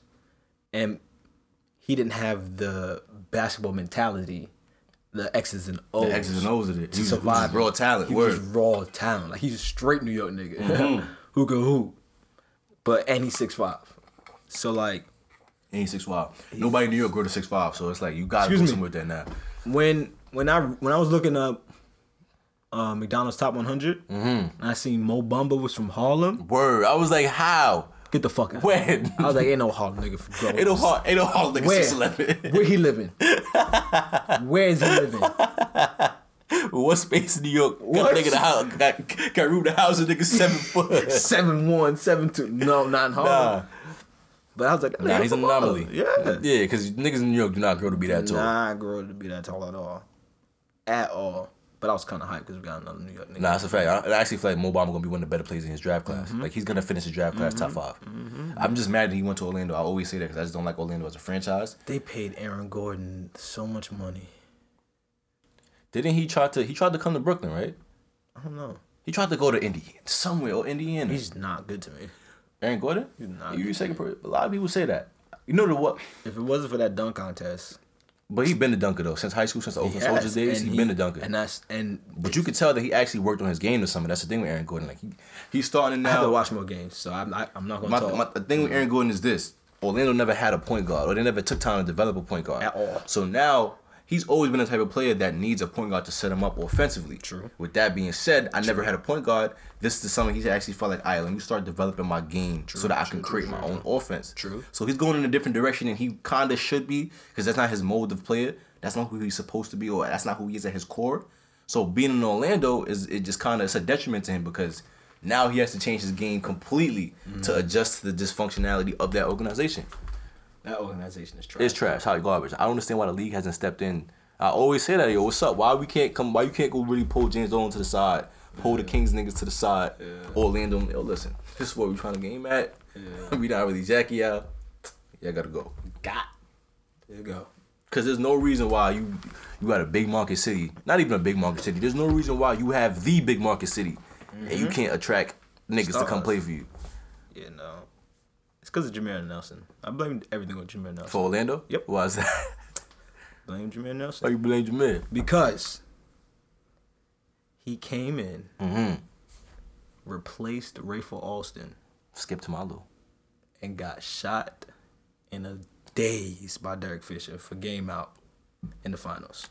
S2: and he didn't have the basketball mentality, the X's and O's.
S1: X's and O's of it. He was, he was
S2: survive.
S1: raw talent.
S2: He
S1: Word. Mm-hmm.
S2: was just raw talent. Like he's a straight New York nigga [laughs] who can hoop, but and he's six five. So like
S1: And he's 6'5. Nobody in New York grew to 6'5, so it's like you gotta
S2: Excuse
S1: do
S2: me.
S1: something with that now.
S2: when when I when I was looking up uh, McDonald's top 100,
S1: Mm-hmm.
S2: and I seen Mo Bamba was from Harlem.
S1: Word. I was like, how? [laughs]
S2: Get the fuck out. [laughs]
S1: When?
S2: I was like, ain't no Harlem nigga from growing.
S1: Ain't no hard, ain't no hard nigga
S2: Where?
S1: 6'11.
S2: Where
S1: [laughs]
S2: he living? Where is he living?
S1: what space in New York? Got
S2: What?
S1: nigga the house, got, got room to house a nigga seven [laughs] foot.
S2: Seven one, seven two. No, not in Harlem. But I was like,
S1: Nah, he's an anomaly.
S3: Yeah.
S1: [laughs] yeah, because niggas in New York do not grow to be that tall. Nah,
S2: Nah, girl, to be that tall at all, at all. But I was kind of hyped because we got another New York nigga.
S1: that's a fact. I, I actually feel like Mo Bamba gonna be one of the better players in his draft class. Like he's gonna finish his draft class top 5 i I'm just mad that he went to Orlando. I always say that because I just don't like Orlando as a franchise.
S2: They paid Aaron Gordon so much money.
S1: Didn't he try to? He tried to come to Brooklyn, right?
S2: I don't know.
S1: He tried to go to Indiana, somewhere or Indiana.
S2: He's not good to me.
S1: Aaron Gordon.
S2: not
S1: you second. per- A lot of people say that. You know the what?
S2: If it wasn't for that dunk contest,
S1: But he been a dunker though since high school, since the Oakland Soldiers days.
S2: and
S1: He, been a dunker.
S2: and that's and
S1: but you could tell that he actually worked on his game or something. That's the thing with Aaron Gordon. Like he, he's starting
S2: I have to
S1: now.
S2: watch more games, so I'm I, I'm not gonna
S1: My,
S2: talk.
S1: my, the thing with Aaron Gordon is this: Orlando never had a point guard, or they never took time to develop a point guard
S2: At all.
S1: So now he's always been the type of player that needs a point guard to set him up offensively. True. With that being said, I never had a point guard. This is something he's actually felt like, all right, let me start developing my game so that I can create my own offense.
S2: True.
S1: So he's going in a different direction than he kind of should be because that's not his mold of player. That's not who he's supposed to be, or that's not who he is at his core. So being in Orlando is it just kind of it's a detriment to him because now he has to change his game completely
S2: Mm-hmm.
S1: to adjust to the dysfunctionality of that organization.
S2: that organization is trash.
S1: It's trash, hot garbage. I don't understand why the league hasn't stepped in. I always say that, yo, what's up? Why we can't come? Why you can't go really pull James Dolan to the side, pull the Kings niggas to the side, Orlando? Yo, listen, this is what we trying to game at. [laughs] we not really Jackie out. Y'all gotta go.
S2: God. There you go.
S1: Cause there's no reason why you you got a big market city, not even a big market city. There's no reason why you have the big market city, and you can't attract niggas to come
S2: Mm-hmm. Stars.
S1: play for you
S2: Yeah, no. It's because of Jameer Nelson. I blame everything on Jameer Nelson.
S1: for Orlando.
S2: Yep.
S1: Why is that? [laughs]
S2: Blame Jameer
S1: why
S2: Nelson.
S1: you blame Jameer?
S2: Because he came in,
S1: Mm-hmm.
S2: replaced Rayful Alston,
S1: Skip Tamalo.
S2: and got shot in a daze by Derek Fisher for game out in the finals.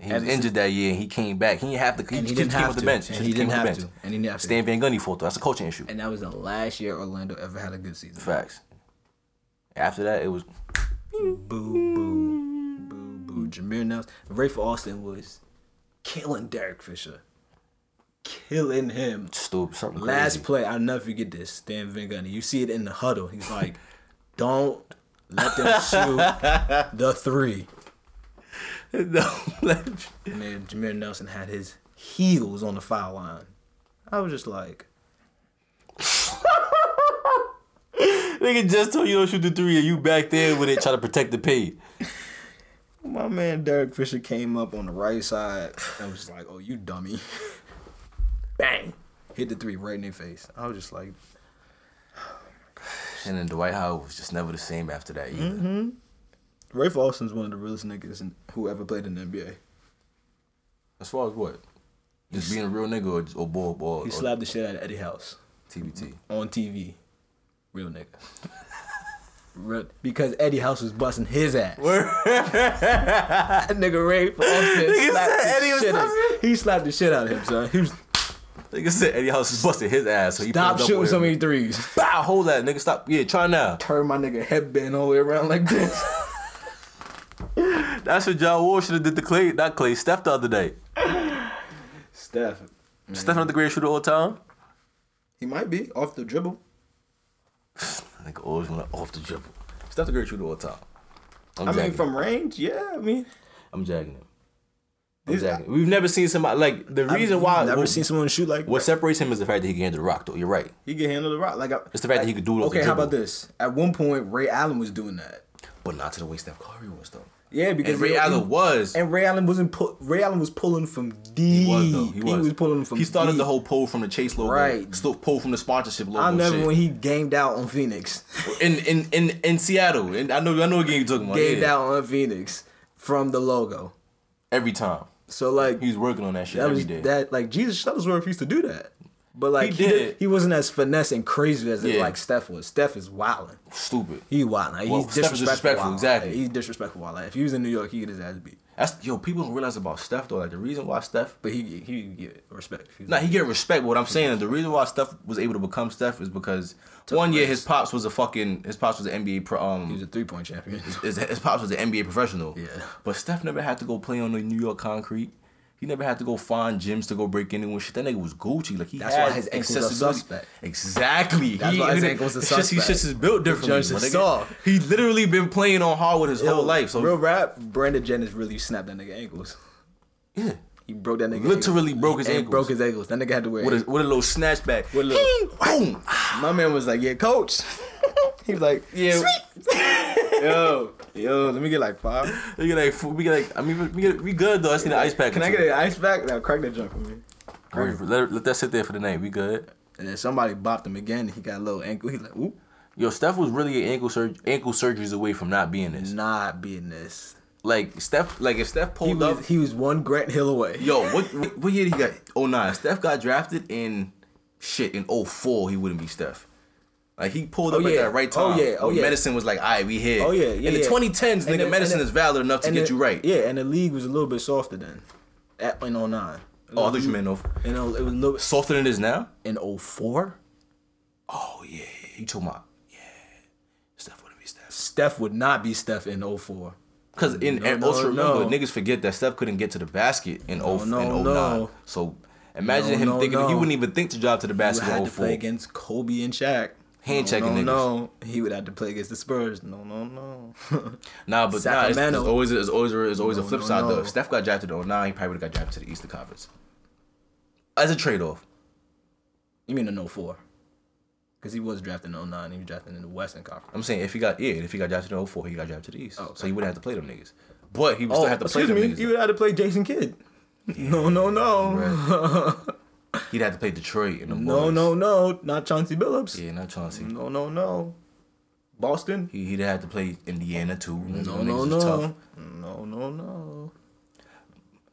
S1: He was injured that year and he came back. He didn't have to. He,
S2: And he
S1: just
S2: didn't
S1: came
S2: have
S1: off the
S2: to.
S1: bench.
S2: And
S1: should've
S2: he
S1: came
S2: didn't
S1: off the bench.
S2: have to. And he didn't have to.
S1: Stan Van Gundy fault though. That's a coaching issue.
S2: And that was the last year Orlando ever had a good season.
S1: Facts. After that, it was
S2: Boo, boo, boo, boo. Jameer Nelson. Rayful Alston was killing Derek Fisher. Killing him.
S1: stupid. Something
S2: Last
S1: crazy.
S2: play, I'll never forget this. Stan Van Gundy. You see it in the huddle. He's like, [laughs] don't let them shoot the three.
S1: [laughs] no.
S2: And then Jameer Nelson had his heels on the foul line. I was just like,
S1: Nigga just told you don't shoot the three, and you back there with it trying to protect the pay.
S2: my man Derek Fisher came up on the right side. I was just like, oh, you dummy. [laughs] Bang. Hit the three right in their face. I was just like,
S1: And then Dwight Howard was just never the same after that either.
S2: Rafe Austin's one of the realest niggas in, who ever played in the NBA.
S1: As far as what? Just being a real nigga or, or ball ball
S2: He
S1: or
S2: slapped the shit out of Eddie House
S1: TBT.
S2: on TV. Real nigga. [laughs] Real, because Eddie House was busting his ass. [laughs] that nigga Rafe Austin slapped
S1: said Eddie
S2: the
S1: was
S2: shit out.
S1: busting?
S2: He slapped the shit out of him, son.
S1: [laughs]
S2: He was
S1: Nigga said Eddie House is busted his ass. So he
S2: stop
S1: pulled up
S2: shooting
S1: with
S2: so
S1: him.
S2: many threes. [laughs]
S1: Bow, hold that nigga. Stop. Yeah, try now.
S2: Turn my nigga headband all the way around like this.
S1: That's what John Wall should have did to Clay. Not Clay. Steph the other day.
S2: Steph,
S1: [laughs] Steph not the greatest shooter of all time.
S2: he might be off the dribble.
S1: Nigga always went off the dribble. Steph the greatest shooter of all time. I'm
S2: I mean,
S1: jagging him.
S2: from range, yeah. I mean,
S1: I'm jagging him. I'm jagging him. We've never seen somebody like the reason
S2: I've
S1: why.
S2: never
S1: what,
S2: seen someone shoot like
S1: what separates him is the fact that he can handle the rock. Though you're right.
S2: He can handle the rock. Like I,
S1: It's the fact that he could do it off
S2: Okay,
S1: the
S2: how
S1: dribble.
S2: about this? At one point, Ray Allen was doing that.
S1: But not to the way Steph Curry was though.
S2: Yeah, because
S1: And Ray
S2: he-
S1: Allen was.
S2: and Ray Allen wasn't pu- Ray Allen was pulling from
S1: He
S2: deep.
S1: was though. He was.
S2: pulling from.
S1: He started
S2: deep.
S1: the whole pull from the Chase logo.
S2: Right.
S1: Still pull from the sponsorship logo.
S2: I remember
S1: shit.
S2: when he gamed out on Phoenix. [laughs]
S1: in, in in in Seattle. And I know I know what game you're talking about.
S2: gamed
S1: Oh, Yeah.
S2: out on Phoenix from the logo.
S1: Every time.
S2: So like
S1: He was working on that shit
S2: that
S1: every
S2: was
S1: day.
S2: that like Jesus Shuttlesworth used to do that. But like
S1: He
S2: he,
S1: did.
S2: did- he wasn't as finesse and crazy as it
S1: Yeah.
S2: like Steph was. Steph is wilding.
S1: Stupid.
S2: He wilding. Like,
S1: Well,
S2: he's
S1: Steph is disrespectful,
S2: disrespectful. wildin'.
S1: exactly.
S2: Like, he's disrespectful. Wild. if he was in New York, he get his ass beat.
S1: That's yo, people don't realize about Steph though. Like the reason why Steph
S2: But he he get respect. If he was
S1: Nah, he get respect. But what I'm saying is the reason why Steph was able to become Steph is because one year his pops was a fucking his pops was an NBA pro, um
S2: He was a three point champion.
S1: his, his pops was an NBA professional.
S2: Yeah.
S1: But Steph never had to go play on the New York concrete. He He never had to go find gyms to go break anyone. Shit, that nigga was Gucci. Like he
S2: That's
S1: had
S2: why his ankles are
S1: accessibility.
S2: suspect.
S1: Exactly.
S2: That's
S1: He-
S2: why his
S1: it's
S2: ankles are
S1: just- He
S2: suspect.
S1: just is built differently.
S2: judge
S1: my
S2: is
S1: nigga.
S2: soft.
S1: He's literally been playing on hardwood his whole life. So
S2: real rap, Brandon Jennings really snapped that nigga ankles.
S1: yeah,
S2: He broke that nigga.
S1: Literally
S2: ankles.
S1: broke his
S2: And
S1: ankles.
S2: Broke his ankles. That nigga had to wear.
S1: with a, with a little snatch back.
S2: With a little-
S1: Hey, boom.
S2: My man was like, "Yeah, coach." [laughs] he was like,
S1: Yeah.
S2: [laughs] "Yo, yo, let me get like five.
S1: We get like fu- we get like I mean we get we good though. I just need an ice pack.
S2: Can I get an ice pack? Now crack that junk for me."
S1: Let, let, let that sit there for the night. We good.
S2: And then somebody bopped him again. And he got a little ankle. He's like, "Oop,
S1: Yo, Steph was really an ankle surg- ankle surgeries away from not being this.
S2: not being this."
S1: Like Steph, like if Steph
S2: He
S1: pulled up,
S2: was, he was one Grant Hill away.
S1: yo, what what- what year he got? Oh nine. Steph got drafted in shit in 04, He wouldn't be Steph. Like he pulled
S2: Oh,
S1: up at
S2: yeah.
S1: that right
S2: Oh,
S1: time.
S2: yeah. Oh,
S1: when
S2: yeah.
S1: Medicine was like, all right, we here.
S2: Oh, yeah. Yeah,
S1: In the
S2: yeah.
S1: 2010s,
S2: And
S1: nigga,
S2: the-
S1: medicine
S2: and the-
S1: is valid enough to
S2: And
S1: get
S2: the-
S1: you right.
S2: Yeah, and the league was a little bit softer then. At in 09.
S1: Oh, I thought you meant no.
S2: You know, oh, it was a little bit
S1: Softer than it is now.
S2: in 04.
S1: Oh yeah, you talking about? Yeah, Steph wouldn't be Steph.
S2: Steph would not be Steph in 04.
S1: Because in
S2: No,
S1: and
S2: no,
S1: also remember,
S2: no.
S1: niggas forget that Steph couldn't get to the basket in
S2: No,
S1: 0
S2: no,
S1: in 09.
S2: no.
S1: So imagine
S2: No,
S1: him
S2: no,
S1: thinking
S2: no.
S1: he wouldn't even think to drive to the
S2: He would
S1: basket
S2: have
S1: in
S2: to play
S1: 04.
S2: against Kobe and Shaq.
S1: Hand
S2: no,
S1: checking
S2: no,
S1: niggas.
S2: No, he would have to play against the Spurs. No, no, no. [laughs]
S1: Nah, but nah, it's, it's
S2: Sacramento.
S1: always it's always it's always a
S2: No,
S1: flip
S2: no,
S1: side
S2: no.
S1: though. If Steph got drafted in 09, he probably would have got drafted to the Eastern Conference. As a trade off.
S2: you mean in 04. Because he was drafted in 09. He was drafted in the Western Conference.
S1: I'm saying if he got yeah, if he got drafted in 04, he got drafted to the East.
S2: Oh,
S1: So he wouldn't have to play them niggas. But he would still have to play
S2: excuse
S1: them
S2: me.
S1: niggas.
S2: He would have to play Jason Kidd. No, no, no.
S1: He'd have to play Detroit and them
S2: No,
S1: boys.
S2: no, no. Not Chauncey Billups.
S1: Yeah, not Chauncey.
S2: No, no, no. Boston.
S1: He, he'd have to play Indiana too.
S2: No,
S1: Them
S2: no,
S1: niggas
S2: no.
S1: is tough.
S2: No, no, no.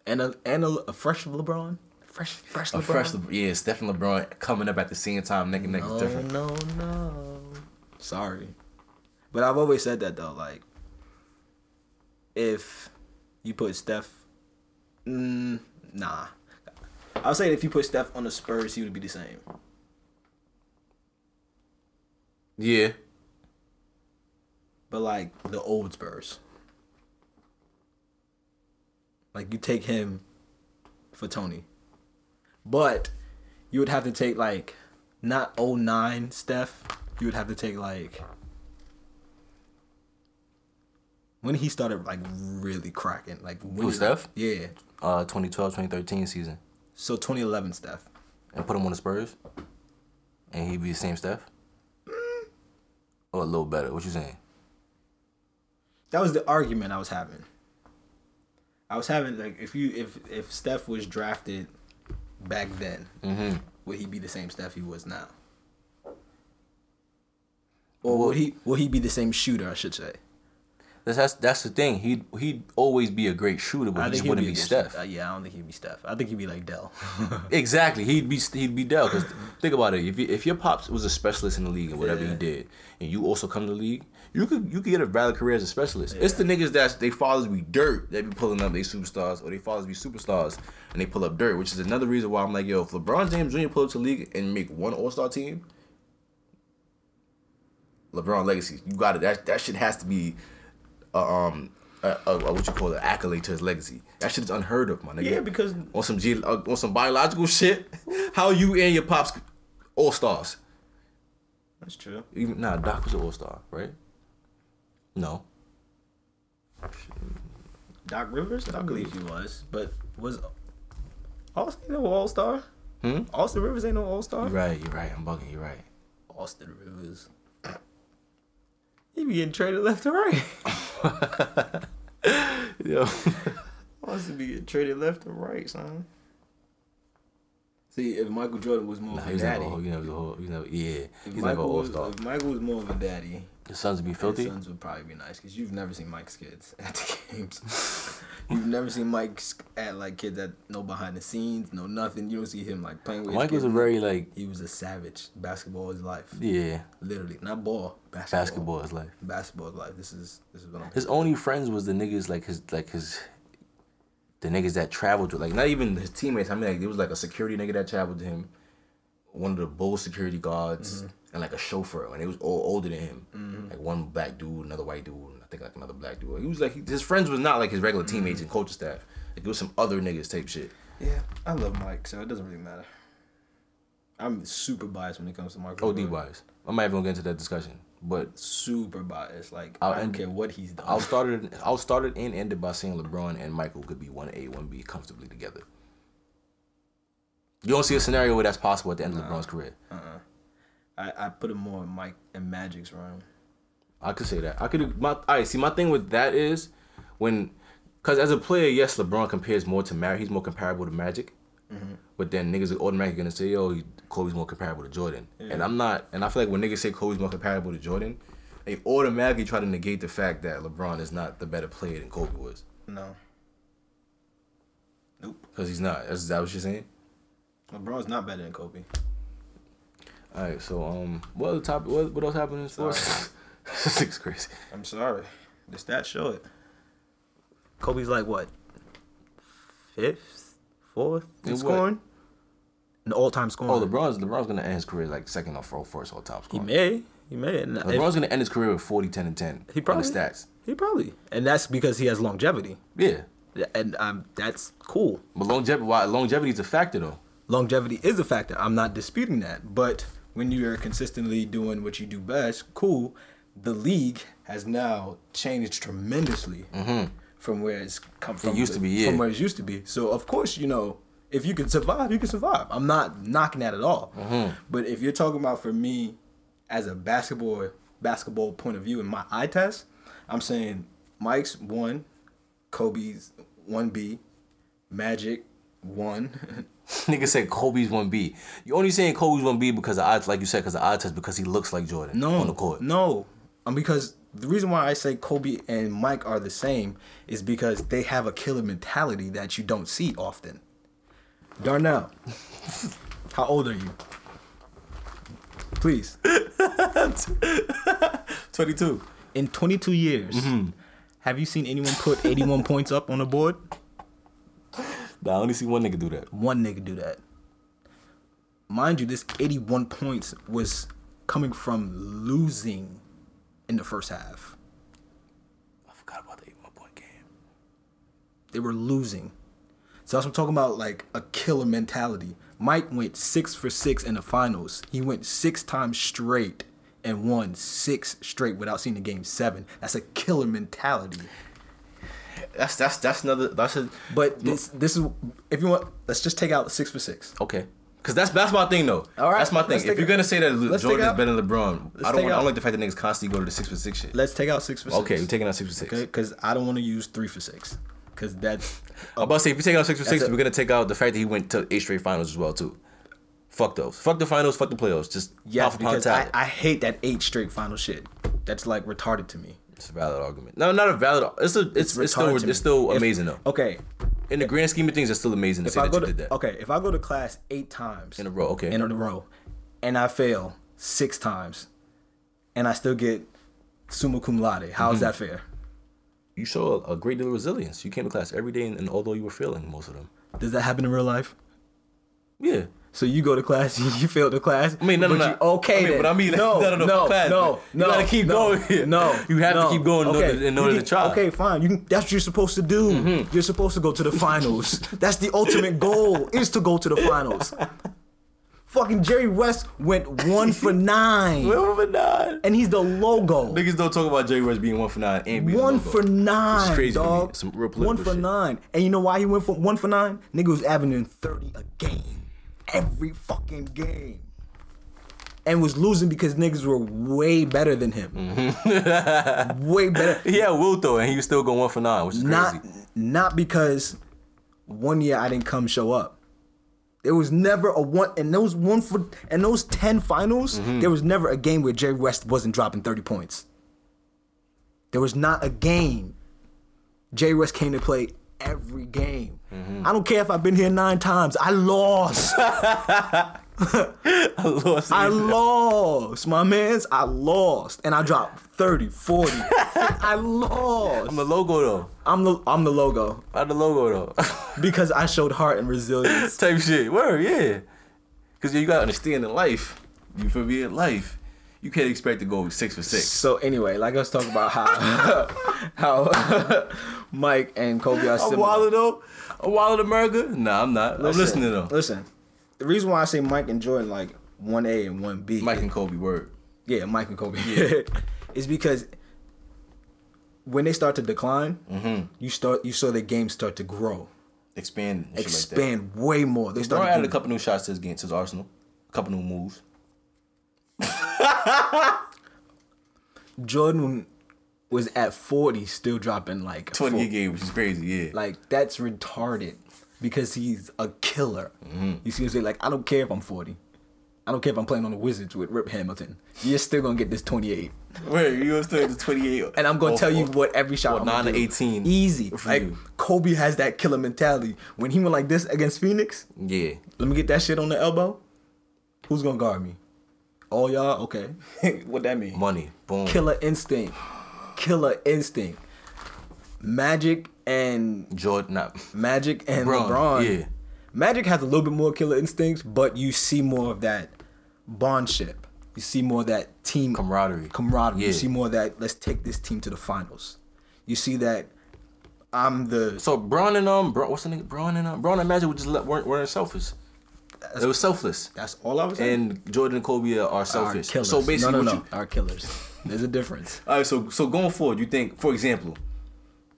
S2: And a and a, a fresh LeBron. Fresh, fresh LeBron.
S1: A fresh, Le- yeah, Stephen LeBron coming up at the same time, neck and neck
S2: no,
S1: is different.
S2: no, no. Sorry, but I've always said that though. Like, if you put Steph, mm, nah. I would say if you put Steph on the Spurs, he would be the same.
S1: Yeah,
S2: But like the old Spurs. Like you take him for Tony. But you would have to take like not 09 Steph. You would have to take like when he started like really cracking. Like when
S1: Who, Steph?
S2: Yeah.
S1: uh, 2012, 2013 season,
S2: So 2011 Steph.
S1: and put him on the Spurs, and he'd be the same Steph,
S2: Mm.
S1: or a little better. What you saying?
S2: that was the argument I was having. I was having like if you if if Steph was drafted back then,
S1: Mm-hmm.
S2: would he be the same Steph he was now? Or would he would he be the same shooter? I should say.
S1: That's that's, that's the thing. He'd he'd always be a great shooter, but he just
S2: he'd
S1: wouldn't
S2: a
S1: be,
S2: good
S1: Steph.
S2: shooter. Uh, yeah, I don't think he'd be Steph. I think he'd be like Dell.
S1: [laughs] Exactly. He'd be he'd be Dell. Cause think about it. If you, if your pops was a specialist in the league and whatever he
S2: Yeah.
S1: did, and you also come to the league, you could you could get a valid career as a specialist. It's the niggas that they fathers be dirt. They be pulling up they superstars, or they fathers be superstars, and they pull up dirt, which is another reason why I'm like, yo, if LeBron James Jr. pull up to the league and make one All Star team, LeBron legacy. You got it. That that shit has to be, uh, um, uh, uh, what you call it, accolade to his legacy. That shit is unheard of, my nigga.
S2: [laughs] Yeah, because-
S1: on some ge- uh, on some biological shit, how you and your pops all stars?
S3: That's true.
S1: Even nah, Doc was an all star, right? No,
S2: Doc Rivers, I believe he was, but was Austin no All Star? Hmm? Austin Rivers ain't no All Star.
S1: you're right. You're right. I'm bugging. You're right.
S2: Austin Rivers. He be getting traded left and right.
S1: Yeah.
S3: Wants to be getting traded left and right, son.
S2: See, if Michael Jordan was more
S1: Nah,
S2: of
S1: he
S2: a
S1: was never.
S2: daddy,
S1: all- He was never. all- He was never. Yeah,
S2: if,
S1: he's never
S2: Michael
S1: all
S2: was,
S1: star.
S2: if Michael was more of a daddy,
S1: His sons would be
S2: his
S1: filthy.
S2: sons would probably be nice because you've never seen Mike's kids [laughs] at the games. [laughs] you've never seen Mike's at like kids that no behind the scenes, no nothing. You don't see him like playing with. his
S1: Mike was a
S2: kids.
S1: very like
S2: he was a savage. Basketball is life,
S1: yeah.
S2: literally, not ball. Basketball.
S1: Basketball is life.
S2: Basketball is life. This is this is what I'm.
S1: His only friends was the niggas like his like his the niggas that traveled with like not even his teammates. I mean like there was like a security nigga that traveled with him, one of the bull security guards, and like a chauffeur, and they was all older than him. Like one black dude, another white dude, and I think like another black dude. He was like he, his friends was not like his regular teammates and coaching staff. Like it was some other niggas type shit.
S2: Yeah, I love Mike, so it doesn't really matter. I'm super biased when it comes to Mark.
S1: OD wise, I'm not even gonna get into that discussion. But
S2: Super biased. Like
S1: I'll
S2: I don't
S1: end-
S2: care what he's done.
S1: I was started. I was started and ended by saying LeBron and Michael could be one A, one B comfortably together. You don't see a scenario where that's possible at the end of LeBron's career.
S2: I, I put him more in Mike and Magic's realm.
S1: I could say that. I could. My I see. My thing with that is when, because as a player, yes, LeBron compares more to Magic. He's more comparable to Magic. But then niggas are automatically gonna say, "Yo, he- Kobe's more comparable to Jordan." And I'm not. And I feel like when niggas say Kobe's more comparable to Jordan, they automatically try to negate the fact that LeBron is not the better player than Kobe was.
S2: No,
S1: Because he's not. That's, is that what you're saying?
S2: LeBron's not better than Kobe.
S1: All right. So um, what other topic? What, what else happened in sports? [laughs] this is crazy.
S2: I'm sorry. The stats show it. Kobe's like what? Fifth, fourth
S1: In
S2: in
S1: what?
S2: scoring. An all-time scoring.
S1: Oh, LeBron's LeBron's gonna end his career like second or fir- first all top
S2: He
S1: scorer.
S2: may. He may. And if-
S1: LeBron's gonna end his career with 40, 10, and 10.
S2: He
S1: He
S2: probably-
S1: probably the stats.
S2: he probably. And that's because he has longevity.
S1: Yeah,
S2: And um, that's cool.
S1: but longevity, why longevity is a factor though. [laughs]
S2: longevity is a factor. I'm not disputing that. But when you're consistently doing what you do best, cool. The league has now changed tremendously from where it's come from.
S1: Mm-hmm. used to be,
S2: From
S1: yeah.
S2: where it used to be. So of course, you know, if you can survive, you can survive. I'm not knocking that at all.
S1: Mm-hmm.
S2: But if you're talking about for me, as a basketball basketball point of view in my eye test, I'm saying Mike's one, Kobe's one B, Magic one, [laughs]
S1: Nigga said Kobe's one B. You only saying Kobe's one B because of odds, like you said, because of eye test, because he looks like Jordan
S2: No,
S1: on the court.
S2: No, um, because the reason why I say Kobe and Mike are the same is because they have a killer mentality that you don't see often.
S1: [laughs]
S2: Darnell, how old are you? Please.
S1: Twenty-two.
S2: In 22 years,
S1: Mm-hmm.
S2: have you seen anyone put 81 points up on the board?
S1: Nah, I only see one nigga do that.
S2: One nigga do that. Mind you, this 81 points was coming from losing in the first half.
S1: I forgot about the eight-one point game.
S2: They were losing. So that's what I'm talking about, like a killer mentality. Mike went six for six in the finals. He went six times straight and won six straight without seeing the game seven. That's a killer mentality.
S1: That's that's that's another. That's a,
S2: But this this is if you want let's just take out six for six.
S1: Okay. Cause that's that's my thing though.
S2: All right,
S1: that's my
S2: let's
S1: thing.
S2: take
S1: If you're
S2: it-
S1: gonna say that Le-
S2: let's take
S1: Jordan
S2: it
S1: is
S2: out.
S1: better than LeBron, I
S2: take
S1: don't
S2: it
S1: want. I
S2: out.
S1: don't like the fact that niggas constantly go to the six for six shit.
S2: Let's take out six for six.
S1: Okay, we're taking out six for six.
S2: Because I don't want to use three for six. Because
S1: [laughs]
S2: that's
S1: I'm about to say if you take out six for six,
S2: That's it.
S1: we're gonna take out the fact that he went to eight straight finals as well too. Fuck those. Fuck the finals. Fuck the playoffs. Just
S2: yeah,
S1: pound for pound
S2: because I,
S1: talent.
S2: I hate that eight straight final shit. That's like retarded to me.
S1: It's a valid argument. No, not a valid. It's a. It's, it's
S2: Retarded
S1: still.
S2: to me.
S1: It's still
S2: If-
S1: amazing though.
S2: Okay,
S1: In the grand scheme of things, it's still amazing to
S2: if
S1: say
S2: I
S1: that
S2: go
S1: you
S2: to,
S1: did that.
S2: Okay, if I go to class eight times
S1: In a row, okay.
S2: in a row, and I fail six times, and I still get summa cum laude, how is
S1: Mm-hmm.
S2: that fair?
S1: You show a, a great deal of resilience. You came to class every day, and, and although you were failing most of them,
S2: Does that happen in real life?
S1: yeah.
S2: So you go to class, [laughs] you fail the class.
S1: I mean, no,
S2: but
S1: no, no.
S2: you- Okay,
S1: I mean,
S2: then.
S1: but I mean, [laughs]
S2: no,
S1: no, no,
S2: no,
S1: class,
S2: no,
S1: you
S2: no,
S1: gotta keep
S2: no,
S1: going. [laughs]
S2: No,
S1: You have to
S2: no.
S1: keep going in order- in order
S2: You
S1: to
S2: can-
S1: try. Mm-hmm.
S2: Okay, fine. You can, that's what you're supposed to do. You're supposed to go to
S1: [laughs]
S2: the finals. that's the ultimate goal is to go to the finals. Fucking Jerry West went one for nine,
S1: One for nine.
S2: and he's the logo.
S1: Niggas don't talk about Jerry West being one for nine and being
S2: One
S1: the logo.
S2: for nine,
S1: It's crazy to me.
S2: dog.
S1: Some real
S2: one
S1: political
S2: for
S1: shit.
S2: nine, and you know why he went for one for nine? Nigga was averaging thirty a game, every fucking game, and was losing because niggas were way better than him,
S1: Mm-hmm. [laughs]
S2: way better.
S1: Yeah, Will though, and he was still going one for nine, which is crazy.
S2: Not not because one year I didn't come show up. There was never a one, and those one for, and those ten finals.
S1: Mm-hmm.
S2: There was never a game where Jerry West wasn't dropping thirty points. There was not a game. Jerry West came to play every game.
S1: Mm-hmm.
S2: I don't care if I've been here nine times.
S1: [laughs]
S2: I lost.
S1: I lost.
S2: I lost, my man's. I lost, and I dropped 30, 40. [laughs] I
S1: I'm
S2: lost.
S1: the logo though.
S2: I'm the I'm the logo
S1: I'm the logo though. [laughs]
S2: because I showed heart and resilience.
S1: type shit. Word, yeah. Cause you gotta understand in life. You feel me? In life. you can't expect to go six for six.
S2: So anyway, like let's talk about how [laughs] how [laughs] Mike and Kobe are
S1: A
S2: similar.
S1: wallet though, a wallet America. Nah, I'm not. I'm
S2: Listen,
S1: listening though.
S2: Listen, the reason why I say Mike and Jordan like one A and one B.
S1: Mike and Kobe word.
S2: yeah, Mike and Kobe. [laughs] is because when they start to decline,
S1: Mm-hmm.
S2: you start you saw their games start to grow,
S1: Expand. and shit Like
S2: expand way more. They
S1: that. LeBron
S2: started
S1: added a
S2: doing-
S1: couple new shots to his game, to his arsenal. A couple new moves.
S2: Jordan was at forty, still dropping like
S1: Twenty a
S2: four-
S1: game, which is crazy. Yeah.
S2: Like that's retarded because he's a killer.
S1: Mm-hmm.
S2: You see what I'm saying? Like I don't care if I'm 40. I don't care if I'm playing on the Wizards with Rip Hamilton. You're still gonna get this 28,
S1: Wait, you were still at the 28.
S2: and I'm gonna
S1: Or-
S2: tell you
S1: or-
S2: what every shot.
S1: or
S2: I'm gonna
S1: nine to
S2: do.
S1: 18
S2: Easy.
S1: for
S2: Like
S1: you.
S2: Kobe has that killer mentality. When he went like this against Phoenix,
S1: Yeah.
S2: let me get that shit on the elbow. Who's gonna guard me? All y'all, okay. [laughs] what that mean?
S1: Money. Boom.
S2: Killer instinct. Killer instinct. Magic and
S1: Jordan. Not. [laughs]
S2: Magic and
S1: Bron,
S2: LeBron.
S1: yeah.
S2: Magic has a little bit more killer instincts, but you see more of that bondship. You see more of that team
S1: Camaraderie.
S2: Camaraderie.
S1: Yeah.
S2: You see more of that. Let's take this team to the finals. You see that I'm the
S1: So Bron and um, Bron, what's the nigga? Bron and um, Bron and Magic were just le- weren't weren't selfish. They were selfless.
S2: That's all I was saying.
S1: And Jordan and Kobe are- are
S2: Our
S1: selfish.
S2: killers.
S1: so basically,
S2: no, no,
S1: what
S2: no.
S1: you
S2: Our killers. There's a difference.
S1: All right, so so going forward, you think, for example,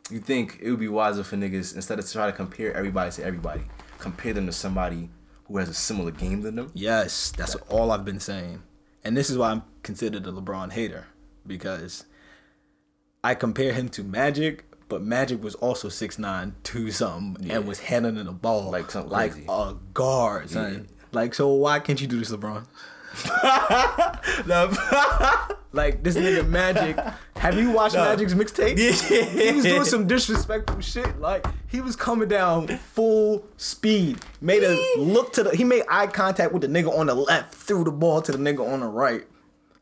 S1: you think it would be wiser for niggas instead of try to compare everybody to everybody, compare them to somebody who has a similar game than them.
S2: Yes, that's all I've been saying. And this is why I'm considered a LeBron hater because I compare him to Magic, but Magic was also 6'9", 2 something and was handling the ball
S1: Like something
S2: like
S1: crazy.
S2: a guard, son. Like so why can't you do this LeBron? Like
S1: [laughs]
S2: this nigga Magic, have you watched Magic's mixtape? He was doing some disrespectful shit. Like he was coming down full speed, made a look to the. He made eye contact with the nigga on the left, threw the ball to the nigga on the right.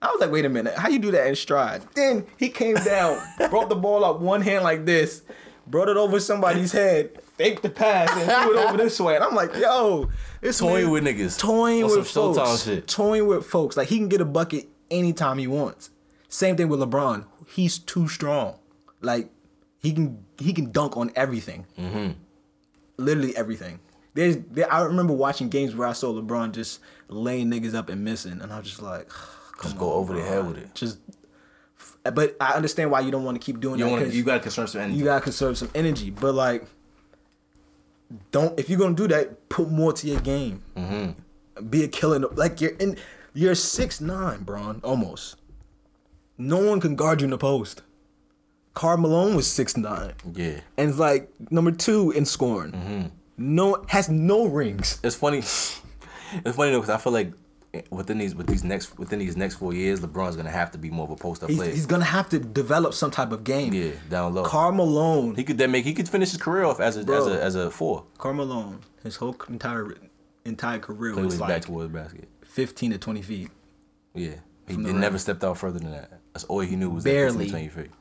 S2: I was like, wait a minute, how you do that in stride? Then he came down, brought the ball up one hand like this, brought it over somebody's head, faked the pass, and threw it over this way. And I'm like, yo, it's
S1: Toying with niggas.
S2: toying
S1: On
S2: with
S1: some Showtime
S2: folks,
S1: shit.
S2: toying with folks. Like he can get a bucket anytime he wants. Same thing with LeBron. He's too strong. Like he can he can dunk on everything. Mm-hmm. Literally everything. There's there, I remember watching games where I saw LeBron just laying niggas up and missing, and I was just like, [sighs] come
S1: Just go over the head with it.
S2: just. But I understand why you don't want to keep doing
S1: You
S2: that.
S1: want
S2: 'cause-
S1: to you got to concern some energy.
S2: you gotta conserve some energy. But like, don't if you're gonna do that, put more to your game.
S1: Mm-hmm.
S2: Be a killer. in the- Like you're in, you're six nine, Bron, almost. No one can guard you in the post. Carl Malone was six nine,
S1: yeah. Mm-hmm.
S2: and is, like number two in scoring. No, has no rings.
S1: It's funny. It's funny though because I feel like within these with these next within these next four years, LeBron's gonna have to be more of a post up
S2: He's,
S1: player.
S2: he's gonna have to develop some type of game.
S1: yeah, down low.
S2: Carl Malone,
S1: he could then make he could finish his career off as a as
S2: Bro.
S1: a as a four.
S2: Karl Malone, his whole entire entire career
S1: Play with
S2: was
S1: his
S2: like
S1: back towards basket.
S2: fifteen to twenty feet.
S1: Yeah. He
S2: the
S1: did,
S2: rim.
S1: never stepped out further than that. That's all he knew was
S2: Barely.
S1: that 15, 20 feet.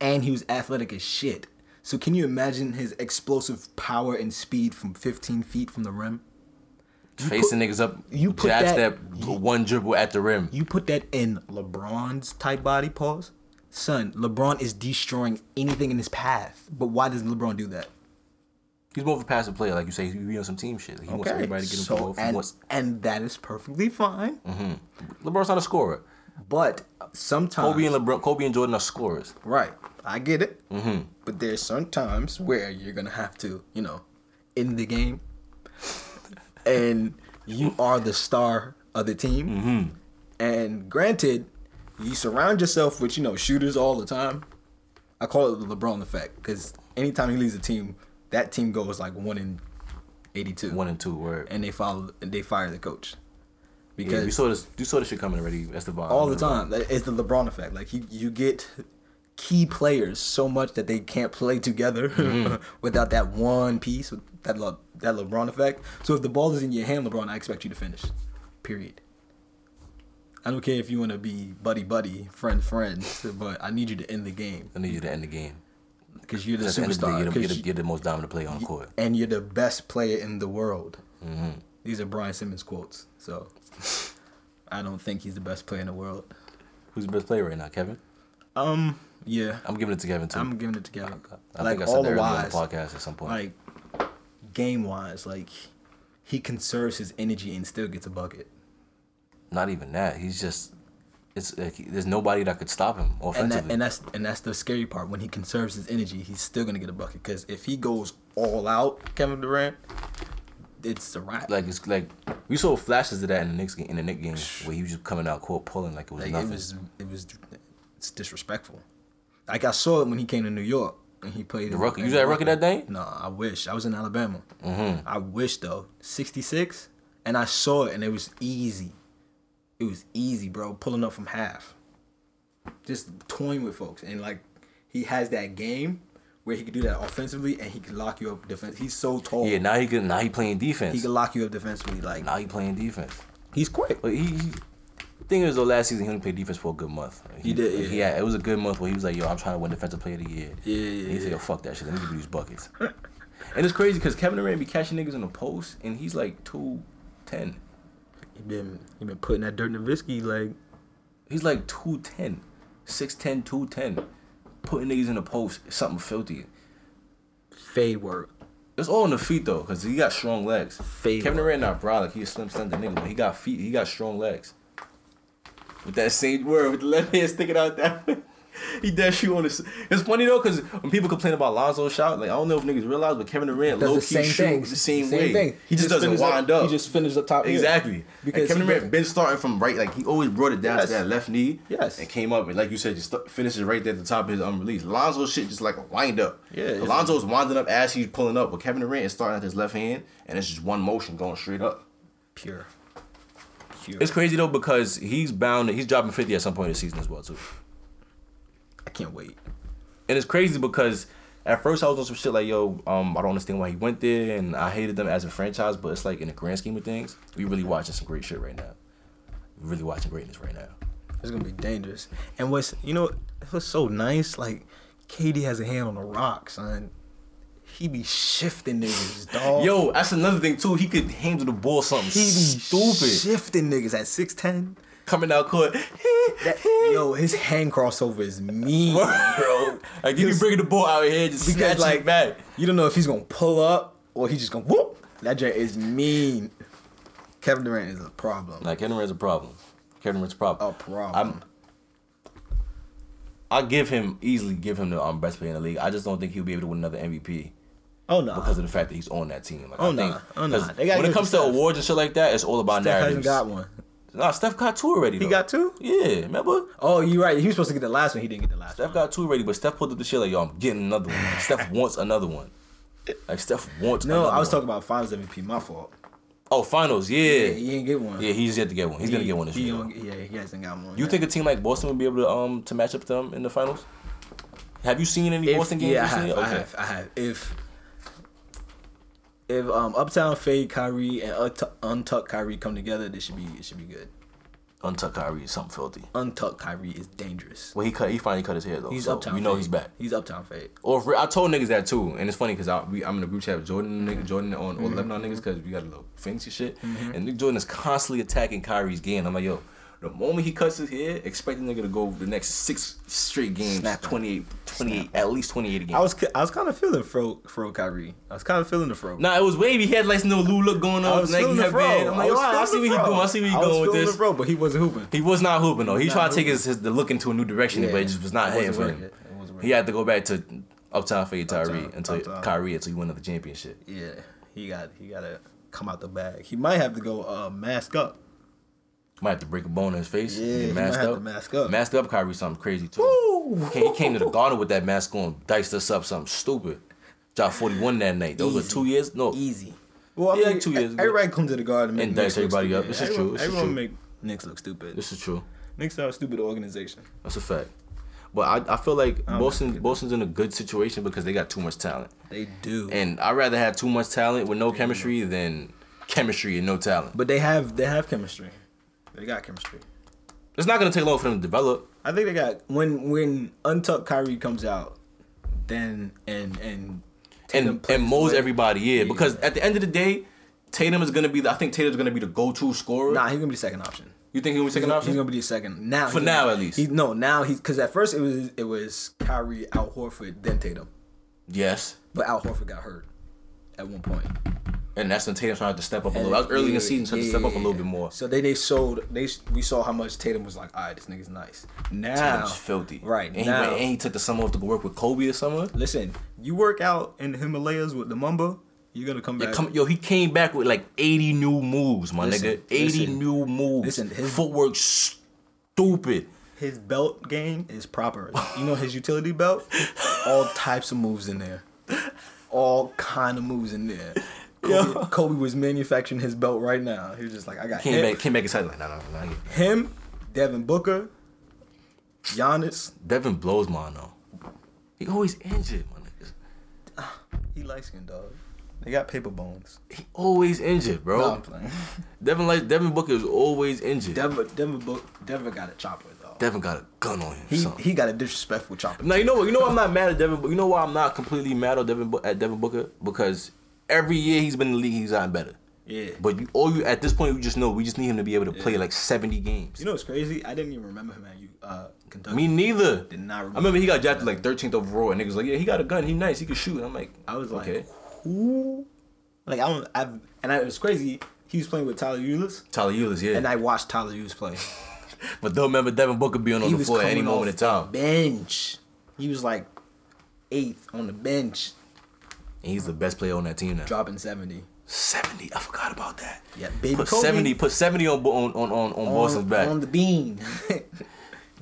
S2: and he was athletic as shit. So can you imagine his explosive power and speed from 15 feet from the rim?
S1: facing niggas up.
S2: you put
S1: jab
S2: that-
S1: step one dribble at the rim.
S2: You put that in LeBron's type body pause, son. LeBron is destroying anything in his path. But why does LeBron do that?
S1: He's more of a passive player, like you say. He be on some team shit. Like, he wants everybody to get
S2: so
S1: involved. Mm-hmm. he
S2: and,
S1: wants-
S2: and that is perfectly fine.
S1: LeBron's not a scorer.
S2: But sometimes
S1: Kobe and LeBron, Kobe and Jordan are scorers.
S2: Right. I get it. Mm-hmm. But there's some times where you're going to have to, you know, end the game. and you are the star of the team. And granted, you surround yourself with, you know, shooters all the time. I call it the LeBron effect because anytime he leaves a team, that team goes like 1 in 82.
S1: One and two word.
S2: And they follow, and they fire the coach.
S1: yeah,
S2: Because
S1: you saw this. You saw this shit coming already. That's the vibe.
S2: all the time. Like, It's the LeBron effect. Like you, you get key players so much that they can't play together [laughs]
S1: Mm-hmm.
S2: without that one piece, with that Le- that LeBron effect. So if the ball is in your hand, LeBron, I expect you to finish. Period. I don't care if you want to be buddy buddy, friend friend, but I need you to end the game
S1: I need you to end the game.
S2: because you're the
S1: At the end of the day,
S2: superstar.
S1: you're the, you're, the,
S2: 'cause you-
S1: you're the most dominant player on the court.
S2: and you're the best player in the world.
S1: Mm-hmm.
S2: These are Brian Simmons quotes, so I don't think he's the best player in the world.
S1: Who's the best player right now, Kevin?
S2: Um, yeah,
S1: I'm giving it to Kevin too.
S2: I'm giving it to Gallup.
S1: I
S2: like
S1: think I said
S2: all
S1: that
S2: the
S1: earlier on the
S2: wise,
S1: podcast at some point.
S2: like game wise, like he conserves his energy and still gets a bucket.
S1: Not even that. He's just. It's like, there's nobody that could stop him
S2: And that,
S1: offensively.
S2: and that's and that's the scary part. When he conserves his energy, he's still gonna get a bucket. Because if he goes all out, Kevin Durant, it's a wrap.
S1: like it's like we saw flashes of that in the Knicks game, in the Knicks game where he was just coming out court pulling like it was
S2: Like
S1: nothing.
S2: it was, it was, it's disrespectful. Like I saw it when he came to New York and he played. The
S1: Rucker- you was at Rucker that day? Mm-hmm.
S2: No, I wish I was in Alabama. I wish though. Sixty six, and I saw it, and it was easy. It was easy, bro. Pulling up from half, just toying with folks, and like he has that game where he can do that offensively, and he can lock you up defense. He's so tall.
S1: yeah, now he can now he playing defense.
S2: He can lock you up defensively. Like
S1: now he playing defense.
S2: he's quick.
S1: But he, he thing is though last season he only played defense for a good month. He,
S2: did, yeah.
S1: Yeah, it was a good month where he was like, "Yo, I'm trying to win defensive player of the year."
S2: Yeah, yeah,
S1: And he said, "Yo, fuck that shit. Let me give you these buckets." and it's crazy because Kevin Durant be catching niggas in the post, and he's like two ten.
S2: He been he been putting that dirt in Nowitzki like
S1: He's like 210, 6'10, 210, putting niggas in the post. Something filthy.
S2: fade work.
S1: It's all in the feet though, cause he got strong legs.
S2: Fade
S1: Kevin
S2: work.
S1: Durant not brolic. He a slim, slender nigga, but he got feet. He got strong legs. With that same word, with the left hand sticking out that way, [laughs] he does shoot on his. It's funny though, cause when people complain about Lonzo's shot, like I don't know if niggas realize, but Kevin Durant
S2: does
S1: low
S2: the
S1: key
S2: same thing.
S1: shoots the same, way. He, just, doesn't
S2: finishes
S1: wind up.
S2: He just finishes up top. here.
S1: Exactly. Oh, Because
S2: Because
S1: Kevin
S2: he
S1: Durant
S2: doesn't-
S1: been starting from right, like he always brought it down
S2: Yes.
S1: to that left knee.
S2: Yes.
S1: And came up and like you said, just st- finishes right there at the top of his unreleased. Lonzo shit just like a wind up.
S2: Yeah, it's-
S1: Lonzo's winding up as he's pulling up, but Kevin Durant is starting at his left hand and it's just one motion going straight up.
S2: pure. Pure.
S1: It's crazy though because he's bound. He's dropping fifty at some point in the season as well too.
S2: I can't wait.
S1: and it's crazy because at first I was on some shit like, yo, um, I don't understand why he went there, and I hated them as a franchise. But it's like in the grand scheme of things, we really watching some great shit right now. We really watching greatness right now.
S2: It's gonna be dangerous. And what's you know what's so nice? Like KD has a hand on the rock, son. He be shifting
S1: [laughs]
S2: niggas, dog.
S1: Yo, that's another thing too. He could handle the ball something
S2: Oh. he be
S1: stupid.
S2: shifting niggas at six ten.
S1: Coming out court,
S2: That yo, his hand crossover is
S1: [laughs]
S2: mean,
S1: bro. Like you be bringing the ball out here, just
S2: Because
S1: snatching like
S2: like
S1: it back.
S2: you don't know if he's gonna pull up or he's just gonna whoop. That joint is mean. Kevin Durant is a problem.
S1: Like Kevin Durant's a problem. Kevin Durant's a problem.
S2: A problem.
S1: I'm, I give him easily give him the um, best player in the league. I just don't think he'll be able to win another MVP.
S2: oh no.
S1: because of the fact that he's on that team. Like,
S2: Oh,
S1: I
S2: nah.
S1: think,
S2: Oh, nah.
S1: 'cause
S2: They gotta
S1: when
S2: give
S1: it
S2: it
S1: comes
S2: to
S1: to
S2: Steph.
S1: awards and shit like that, it's all about
S2: Steph
S1: narratives.
S2: hasn't got one.
S1: Nah, Steph got two already.
S2: He
S1: though.
S2: got two?
S1: Yeah, remember?
S2: Oh, you're right. He was supposed to get the last one. He didn't get the last
S1: Steph
S2: one.
S1: got two already, but Steph pulled up the shit like, yo, I'm getting another one. Like, Steph wants another one. Like Steph wants.
S2: No,
S1: another
S2: I was
S1: one.
S2: talking about Finals MVP. My fault.
S1: Oh, finals, yeah.
S2: Yeah,
S1: Yeah,
S2: he didn't get one.
S1: he's yet to get one. He's gonna
S2: He-
S1: get one this
S2: he
S1: year.
S2: don't- Yeah, he hasn't got one.
S1: You
S2: yeah.
S1: think a team like Boston would be able to um to match up with them in the finals? Have you seen any
S2: If-
S1: Boston games
S2: yeah, I
S1: recently?
S2: have, I have. I have. If if um Uptown Fade Kyrie and Ut- Untucked Kyrie come together, this should be it should be good.
S1: Untuck Kyrie is something filthy.
S2: Untucked Kyrie is dangerous.
S1: Well, he cut. He finally cut his hair though.
S2: He's
S1: so
S2: Uptown.
S1: We know
S2: Fade.
S1: he's back.
S2: He's Uptown Fade.
S1: Or if, I told niggas that too, and it's funny because I'm in a group chat with Jordan, nigga, Jordan on
S2: Mm-hmm.
S1: or Lebanon niggas because we got a little fancy shit, and Nick Jordan is constantly attacking Kyrie's game. I'm like, yo, the moment he cuts his hair, expect the nigga to go the next six straight games,
S2: Snap.
S1: 28, 28 at least 28 a game.
S2: I was ki- I was kind of feeling fro fro Kyrie. I was kind of feeling the fro.
S1: nah, it was wavy. He had like some little Lou look going
S2: I
S1: on.
S2: was
S1: Like,
S2: feeling
S1: he
S2: the
S1: had
S2: fro.
S1: bad. I'm like, yo,
S2: was
S1: I, I see
S2: feeling
S1: where
S2: the
S1: he
S2: fro.
S1: going. I see where he
S2: I was
S1: going with
S2: feeling
S1: this.
S2: the fro, but he wasn't hooping.
S1: He was not hooping though. He,
S2: was not
S1: tried to take
S2: hooping.
S1: his, his the look into a new direction,
S2: Yeah.
S1: but it just was not
S2: It
S1: hitting
S2: wasn't
S1: for
S2: working.
S1: him.
S2: It wasn't
S1: He
S2: working.
S1: had to go back to uptown fade Tyree
S2: Uptown,
S1: until
S2: uptown.
S1: Kyrie until he won another championship.
S2: Yeah, he got he got to come out the bag. He might have to go uh, mask up.
S1: Might have to break a bone in his face.
S2: Yeah,
S1: get
S2: he might have to mask up.
S1: Masked up Kyrie something crazy too.
S2: Woo!
S1: He came to the garden with that mask on, diced us up something stupid. Dropped 41 that night. Those were
S2: Easy.
S1: two years? No.
S2: Easy. Well, I
S1: Yeah,
S2: mean,
S1: two years ago.
S2: Everybody comes to the garden make
S1: And
S2: Knicks
S1: dice
S2: look
S1: everybody up.
S2: stupid.
S1: This is true,
S2: Everyone-
S1: this is
S2: everyone
S1: true.
S2: make Knicks look stupid.
S1: This is true.
S2: Knicks are a stupid organization.
S1: That's a fact. But I, I feel like Boston Boston's in a good situation because they got too much talent.
S2: They do.
S1: And I'd rather have too much talent with no chemistry than chemistry and no talent. But
S2: but they have they have chemistry. They got chemistry.
S1: it's not gonna take long for them to develop.
S2: I think they got when when Untucked Kyrie comes out, then and and Tatum
S1: and
S2: plays
S1: and mows
S2: away.
S1: everybody, yeah. Because at the end of the day, Tatum is gonna be the I think Tatum's gonna be the go to scorer.
S2: Nah, he's gonna be the second option.
S1: You think he'll be second
S2: He's
S1: option?
S2: gonna be the second now.
S1: For
S2: he-
S1: now, at least.
S2: He, no, now he's because at first it was it was Kyrie, Al Horford, then Tatum,
S1: yes.
S2: but Al Horford got hurt at one point.
S1: And that's when Tatum started to step up a little. That was early in the season, so to step up a little bit more.
S2: So then they sold. They we saw how much Tatum was like. All right, this nigga's nice. Now
S1: Tatum's filthy.
S2: Right
S1: And he,
S2: now,
S1: went, and he took the summer off to go work with Kobe this summer.
S2: listen. You work out in the Himalayas with the Mamba, you're gonna come back.
S1: Come, yo, he came back with like 80 new moves, my
S2: Listen,
S1: nigga. 80
S2: listen.
S1: new moves.
S2: Listen, his-
S1: footwork stupid.
S2: his belt game is proper. You know his utility belt, all types of moves in there, all kind of moves in there. Kobe, Kobe was manufacturing his belt right now. He was just like, I got
S1: Came
S2: him,
S1: back, came back excited like, nah, nah, nah. nah.
S2: him, Devin Booker, Giannis.
S1: Devin blows mine though. He always injured, my nigga.
S2: He light skinned dog. They got paper bones.
S1: He always injured, bro.
S2: No, I'm [laughs] playing.
S1: Devin like Devin Booker is always injured.
S2: Devin, Devin Book, Devin got a chopper though.
S1: Devin got a gun on him.
S2: He
S1: son.
S2: he got a disrespectful chopper.
S1: Now you know what? You know I'm not mad at Devin. Booker. You know why I'm not completely mad at Devin Bu- at Devin Booker because every year he's been in the league, he's gotten better.
S2: Yeah.
S1: But you, all you at this point, you just know we just need him to be able to play like 70 games.
S2: You know what's crazy? I didn't even remember him at you uh, Kentucky.
S1: Me neither.
S2: Did not remember.
S1: I remember he got drafted like 13th overall, and niggas like, yeah, he got a gun. He nice. He can shoot. I'm like,
S2: I was like,
S1: okay.
S2: who? Like I don't. I've and I, it was crazy. He was playing with Tyler Eulis,
S1: Tyler Eulis, yeah.
S2: and I watched Tyler Eulis play.
S1: but don't remember Devin Booker being on
S2: He
S1: the
S2: was
S1: floor at any
S2: coming
S1: moment in
S2: off
S1: time.
S2: the Bench. He was like eighth on the bench,
S1: And he's the best player on that team now.
S2: dropping seventy.
S1: 70. I forgot about that.
S2: Yeah, baby
S1: Put
S2: Kobe
S1: 70. Put 70 on on on on, on Boston's
S2: on,
S1: back.
S2: on the bean. [laughs]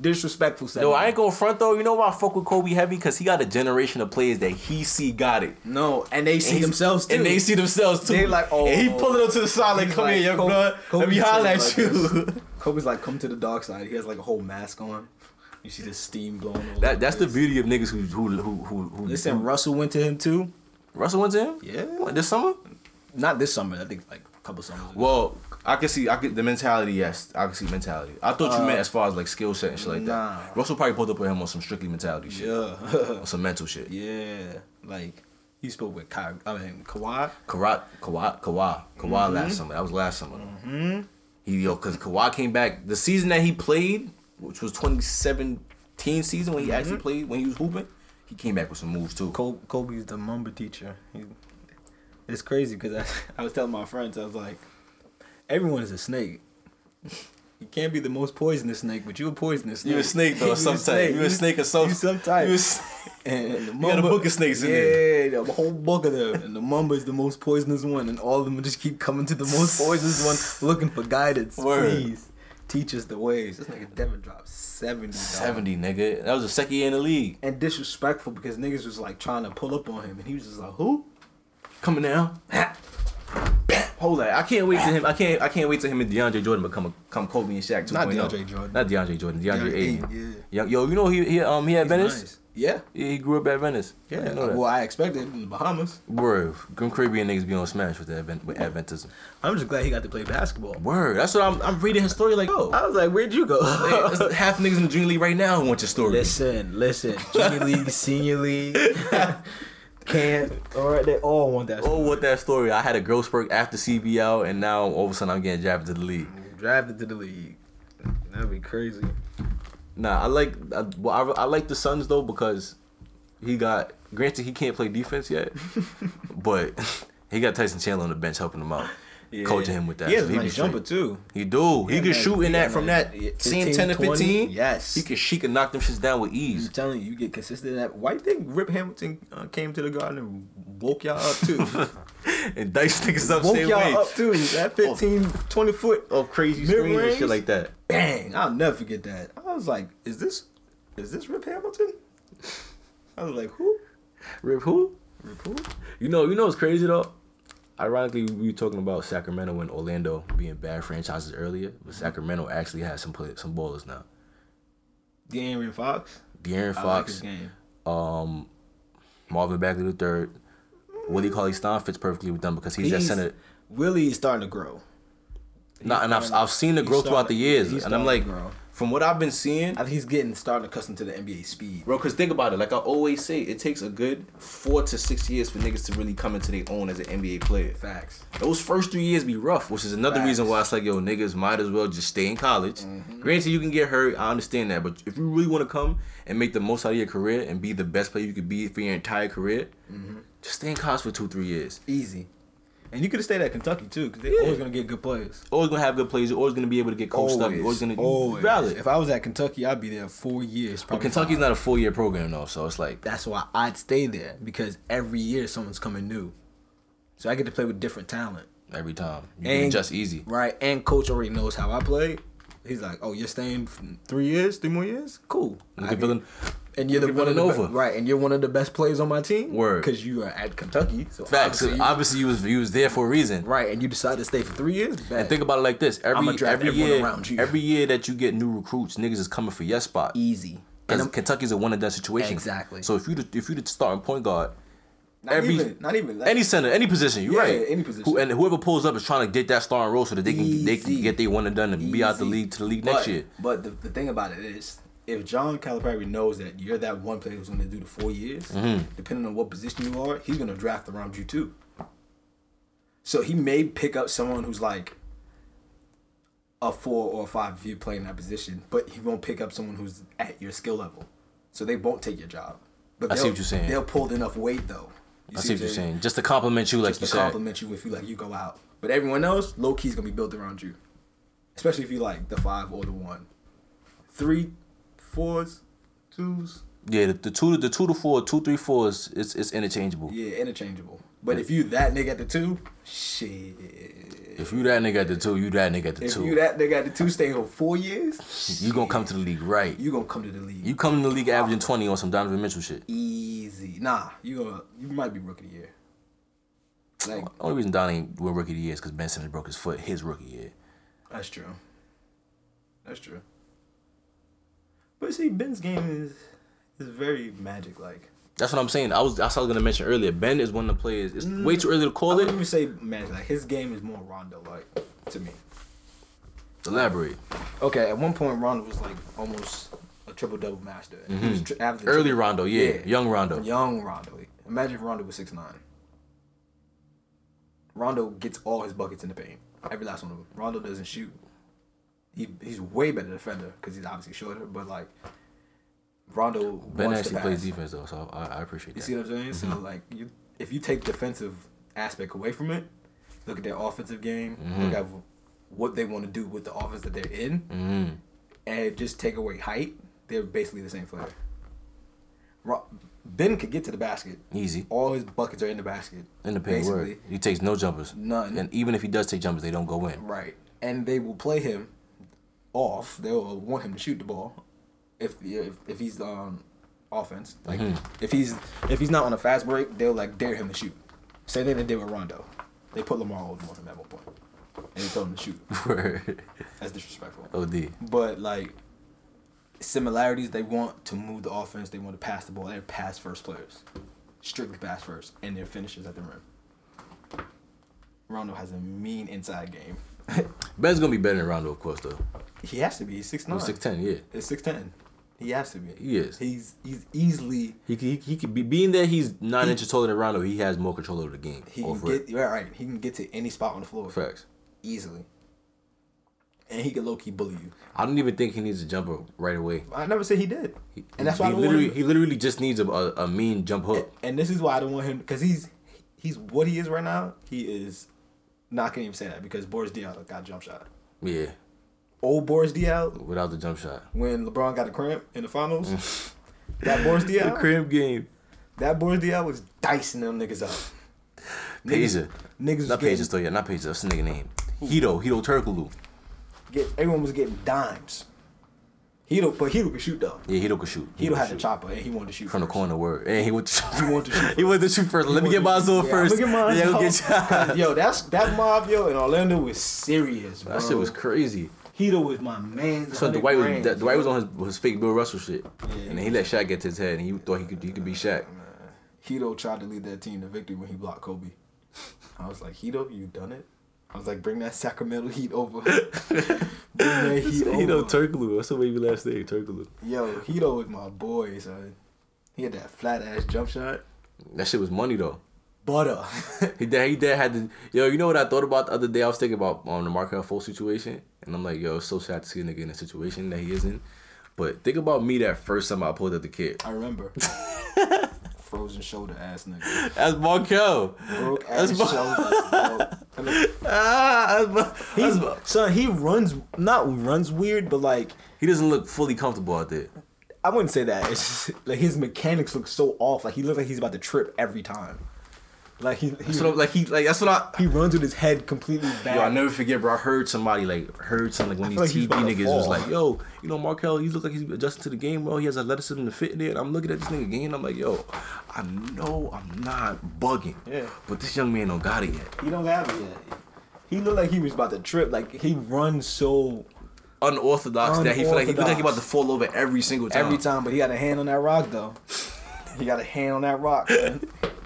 S2: Disrespectful.
S1: No,
S2: 70.
S1: I ain't gonna front though. You know why I fuck with Kobe heavy? Cause he got a generation of players that he see got it.
S2: No, and they see
S1: He's-
S2: themselves too.
S1: And they see themselves too.
S2: They like, oh,
S1: and he pulling up to the side like,
S2: He's
S1: come
S2: like,
S1: here, young
S2: Kobe-
S1: blood. Let me
S2: Kobe's
S1: holler at [laughs]
S2: like
S1: you.
S2: this. Kobe's like, come to the dark side. He has like a whole mask on. You see the steam blowing. all over
S1: That, that's the
S2: his-
S1: beauty of niggas who who who who. who
S2: Listen,
S1: who-
S2: Russell went to him too.
S1: Russell went to him.
S2: Yeah.
S1: What, this summer.
S2: Not this summer. I think like a couple summers. ago.
S1: Well, I can see I could the mentality. Yes, I can see mentality. I thought you meant as far as like skill set and shit like
S2: nah.
S1: that. Russell probably pulled up with him on some strictly mentality shit,
S2: Yeah, [laughs]
S1: on some mental shit.
S2: yeah. Like he spoke with Kyrie. I mean Kawhi.
S1: Kawhi, Kawhi, Kawhi, Kawhi last summer. That was last summer. though. He yo, cause Kawhi came back the season that he played, which was 2017 season when he actually played when he was hooping. He came back with some moves too.
S2: Kobe, Kobe's the mamba teacher. He, it's crazy because I, [laughs] I was telling my friends I was like, everyone is a snake. You can't be the most poisonous snake, but you a poisonous snake.
S1: You a snake though,
S2: [laughs] You a
S1: sometimes. You a snake or some.
S2: You some type.
S1: You a snake.
S2: [laughs] And the
S1: got a book of snakes in
S2: there. Yeah, the whole book of them. And the mamba is the most poisonous one, and all of them just keep coming to the most poisonous one, looking for guidance.
S1: Word.
S2: Please teach us the ways. This nigga Devin dropped seventy. Seventy.
S1: Seventy, nigga. That was the second year in the league.
S2: And disrespectful because niggas was like trying to pull up on him, and he was just like, "Who?
S1: Coming down. Hold that. I can't wait to him. I can't. I can't wait to him and DeAndre Jordan become a, come Kobe and Shaq 2.0.
S2: Not DeAndre Jordan.
S1: Not DeAndre Jordan. DeAndre,
S2: DeAndre
S1: Ayton.
S2: Ayton,
S1: Yo, yo, you know he he um he had Venice.
S2: Nice. Yeah,
S1: Yeah, he grew up at Venice.
S2: yeah.
S1: I know that.
S2: well, I expected in the Bahamas.
S1: Word. Grim Caribbean niggas be on Smash with the advent with Adventism.
S2: I'm just glad he got to play basketball.
S1: Word. That's what I'm. I'm reading his story like, oh,
S2: I was like, "Where'd you go?" [laughs]
S1: [laughs] it's half niggas in the Dream League right now who want your story.
S2: Listen, listen. [laughs] Junior league, senior league, [laughs] can't. All right, they all want that.
S1: Oh, what that story? I had a growth spurt after CBL, and now all of a sudden I'm getting drafted to the league.
S2: drafted to the league. That'd be crazy.
S1: Nah, I like. I, well, I, I like the Suns though because he got. Granted, he can't play defense [laughs] yet, but [laughs] he got Tyson Chandler on the bench helping him out, coaching him with that.
S2: He has
S1: So
S2: a
S1: he be
S2: nice jumper
S1: straight.
S2: too.
S1: He do. He,
S2: Yeah,
S1: can
S2: man,
S1: shoot
S2: he
S1: in
S2: got
S1: that from
S2: nice-
S1: that
S2: yeah,
S1: 10, 10 to
S2: 15,
S1: 15.
S2: yes.
S1: He can she can knock them shits down with ease.
S2: I'm telling you, you get consistent. At why you think Rip Hamilton uh, came to the garden and woke y'all up too? [laughs]
S1: [laughs] and dice niggas up
S2: woke
S1: same
S2: y'all
S1: way.
S2: up too.
S1: Oh.
S2: That 15, 20 foot.
S1: Of crazy
S2: Mid-range?
S1: screens and shit like that.
S2: Bang! I'll never forget that. I was like, is this, is this Rip Hamilton? I was like, who?
S1: Rip who?
S2: Rip who?
S1: You know, you know what's crazy though? Ironically, we were talking about Sacramento and Orlando being bad franchises earlier, but Sacramento actually has some play, some ballers now.
S2: De'Aaron Fox.
S1: De'Aaron
S2: I like
S1: Fox,
S2: his game.
S1: um, Marvin Bagley the third, Willie Cauley Stein fits perfectly with them because he's, that
S2: He's-
S1: center.
S2: Willie is starting to grow.
S1: Nah, and I've, I've seen the
S2: he's
S1: growth throughout the
S2: starting-
S1: years,
S2: he's
S1: and I'm
S2: starting
S1: like,
S2: to grow.
S1: from what I've been seeing,
S4: I think he's getting starting accustomed to the NBA speed.
S1: bro. Because think about it. Like I always say, it takes a good four to six years for niggas to really come into their own as an NBA player.
S4: Facts.
S1: Those first three years be rough, which is another
S4: Facts. Mm-hmm.
S1: reason why it's like, yo, niggas might as well just stay in college. Granted, you can get hurt. I understand that, but if you really want to come and make the most out of your career and be the best player you could be for your entire career,
S4: Mm-hmm.
S1: just stay in college for two, three years.
S4: Easy. And you could have stayed at Kentucky too, because they're
S1: Yeah.
S4: always gonna get good players.
S1: Always gonna have good players. You're always gonna be able to get coached up. You're always gonna
S4: always.
S1: valid.
S4: If I was at Kentucky, I'd be there four years.
S1: But
S4: Probably
S1: Kentucky's
S4: five.
S1: not a four year program though, so it's like
S4: That's why I'd stay there because every year someone's coming new, so I get to play with different talent.
S1: every time you can adjust easy.
S4: Right, and coach already knows how I play. He's like, "Oh, you're staying f- three years, three more years, cool."
S1: Look
S4: I
S1: at Villan-
S4: and you're the
S1: look at
S4: one of the
S1: Villanova.
S4: be- right, and you're one of the best players on my team.
S1: Word.
S4: because you are at Kentucky. So
S1: Facts.
S4: obviously
S1: So
S4: you-
S1: Obviously, you was you was there for a reason.
S4: right, and you decide to stay for three years.
S1: And think about it like this: every
S4: I'ma draft
S1: every
S4: everyone
S1: year,
S4: around you.
S1: every year that you get new recruits, niggas is coming for your spot.
S4: easy. And
S1: Because
S4: I'm-
S1: Kentucky's a one and done situation.
S4: Exactly.
S1: So if you the- if you the starting point guard,
S2: Not
S1: Every-
S2: even. Not even. Like,
S1: any center, any position, you're
S2: Yeah,
S1: right.
S2: any position.
S1: Who, and whoever pulls up is trying to get that starting role so that they can they can
S4: Easy.
S1: get their one and done and be out the
S4: Easy.
S1: league to the league
S2: but,
S1: next year.
S2: But the, the thing about it is, if John Calipari knows that you're that one player who's going to do the four years,
S1: Mm-hmm.
S2: depending on what position you are, he's going to draft around you too. So he may pick up someone who's like a four or a five if you're playing that position, but he won't pick up someone who's at your skill level. So they won't take your job. But
S1: I see
S2: they'll-
S1: what you're saying.
S2: They'll pull enough weight though. You
S1: I see what you're saying. Just to compliment you, like
S2: just
S1: you
S2: to
S1: said.
S2: compliment you if you like you go out. But everyone else, low key's gonna be built around you, especially if you like the five or the one, three, fours, twos.
S1: Yeah, the, the two the two to four, two three four is it's, it's interchangeable.
S2: Yeah, interchangeable. But if you that nigga at the two, shit.
S1: If you that nigga at the two, you that nigga at the
S2: If
S1: two.
S2: you
S1: You,
S2: that nigga at the two, staying for four years,
S1: gonna come to the league right. You,
S2: you gonna come to the league
S1: come in the league averaging twenty on some Donovan Mitchell shit.
S2: easy. Nah, you gonna you might be rookie of the year. Like
S1: Only reason Don ain't win rookie of the year is because Ben Simmons broke his foot his rookie year.
S2: that's true. That's true. But see, Ben's game is is very magic like.
S1: That's what I'm saying. I was that's what I was gonna mention earlier. Ben is one of the players. It's way too early to
S2: I
S1: call
S2: wouldn't
S1: it.
S2: even say man, like his game is more Rondo like to me.
S1: Elaborate.
S2: Okay, at one point Rondo was like almost a triple double master. He was tri- averaging-
S1: Early Rondo, yeah.
S2: Yeah.
S1: Young Rondo.
S2: young Rondo. Imagine if Rondo was six nine. Rondo gets all his buckets in the paint, every last one of them. Rondo doesn't shoot. He he's way better defender because he's obviously shorter, but like Rondo
S1: Ben
S2: wants
S1: actually
S2: to pass.
S1: plays defense though, so I, I appreciate
S2: You
S1: that.
S2: see what I'm saying? So
S1: Mm-hmm.
S2: like, you if you take defensive aspect away from it, look at their offensive game,
S1: Mm-hmm.
S2: look at what they want to do with the offense that they're in,
S1: Mm-hmm.
S2: and just take away height, they're basically the same player. Ro- Ben could get to the basket.
S1: Easy.
S2: All his buckets are in the basket.
S1: In the paint word. He takes no jumpers.
S2: None.
S1: And even if he does take jumpers, they don't go
S2: [laughs]
S1: in. [laughs]
S2: Right. And they will play him off. They will want him to shoot the ball if if, if he's um offense. Like if he's if he's not on a fast break, they'll like dare him to shoot. Same thing they did with Rondo. They put Lamar Odom on him at one point, and they told him to shoot.
S1: Word.
S2: That's disrespectful.
S1: OD.
S2: But like similarities, they want to move the offense. They want to pass the ball. They're pass first players, strictly pass first, and they're finishers at the rim. Rondo has a mean inside game. [laughs]
S1: Ben's gonna be better than Rondo, of course, though.
S2: He has to be. He's six nine.
S1: Six ten, yeah.
S2: He's six ten. He has to be.
S1: He is.
S2: He's he's easily
S1: He could, he, he could be being that he's nine inches taller than Rondo. He has more control over the game.
S2: he
S1: All
S2: can
S1: for
S2: get yeah, right. He can get to any spot on the floor
S1: facts.
S2: easily, and he can low key bully you.
S1: I don't even think he needs a jumper right away.
S2: I never said he did, and that's why I
S1: he
S2: don't
S1: literally
S2: want him.
S1: he literally just needs a, a, a mean jump hook.
S2: And this is why I don't want him because he's he's what he is right now. He is. Not gonna even say that because Boris Diaw got jump shot.
S1: Yeah,
S2: Old Boris Diaw
S1: without the jump shot.
S2: when LeBron got a cramp in the finals.
S1: [laughs]
S2: that Boris Diaw.
S1: Crib game.
S2: That Boris Diaw was dicing them niggas up.
S1: Peja.
S2: Niggas was
S1: Not
S2: getting-
S1: Peja, though. Yeah, not Peja. That's the nigga name. Hito. Hito Turkoglu.
S2: get everyone was getting dimes. Hito, but Hito could shoot though.
S1: Yeah, Hito could shoot.
S2: Hito
S1: could
S2: had
S1: shoot.
S2: the chopper and he wanted to shoot
S1: From the
S2: first.
S1: corner word. And he went to shoot.
S2: He wanted to
S1: [laughs]
S2: shoot
S1: he went to shoot first. Let me
S2: wanted
S1: get
S2: to
S1: my
S2: shoot-
S1: zone
S2: yeah,
S1: first.
S2: look at
S1: [laughs]
S2: mine,
S1: Yeah, go
S2: dog.
S1: get
S2: [laughs]
S1: your- [laughs]
S2: Yo, that's that mob yo in Orlando was serious, bro.
S1: That shit was crazy.
S2: Hito was my man.
S1: So Dwight was that, Dwight was on his, his fake Bill Russell shit, and then he let Shaq get to his head, and he thought he could he could be Shaq.
S2: Hito tried to lead that team to victory when he blocked Kobe. I was like, Hito, you done it? I was like, bring that Sacramento Heat over. [laughs] bring
S1: [laughs]
S2: that Heat
S1: You know
S2: over.
S1: Turkaloo. That's the baby last name, Turkaloo.
S2: Yo, Hito was my boy, son. He had that flat ass jump shot.
S1: That shit was money though.
S2: Butter. [laughs]
S1: He dad, he dad had to. Yo, you know what I thought about the other day? I was thinking about um, the Markel Fultz situation, and I'm like, yo, it's so sad to see a nigga in a situation that he is in. But think about me that first time I pulled up the kid.
S5: [laughs]
S2: I remember. Frozen shoulder ass nigga.
S1: That's Markel.
S2: Broke ass
S1: That's
S5: [laughs]
S2: shoulders. bro. I mean,
S1: [laughs] Ah, that's, Mar- that's,
S5: He's,
S1: Mar-
S5: son, he runs not runs weird, but like
S1: he doesn't look fully comfortable out there.
S5: I wouldn't say that. It's just, like his mechanics look so off. Like he looks like he's about to trip every time. Like he he,
S1: So like he like that's what I.
S5: he runs with his head completely back.
S1: Yo, I never forget, bro. I heard somebody like heard some like one of
S5: I feel like
S1: these
S5: he's
S1: TV
S5: about to
S1: niggas was
S5: fall.
S1: like, "Yo, you know Markel, he look like he's adjusting to the game well. He has athleticism to fit in there." And I'm looking at this nigga game, and I'm like, "Yo, I know I'm not bugging,
S5: Yeah.
S1: but this young man don't got it yet.
S5: he don't have it yet. He looked like he was about to trip. Like he runs so
S1: Unorthodox, that he feel like he look like he about
S5: Unorthodox.
S1: to fall over every single time.
S5: every time, but he got a hand on that rock though. he got a hand on that rock. man.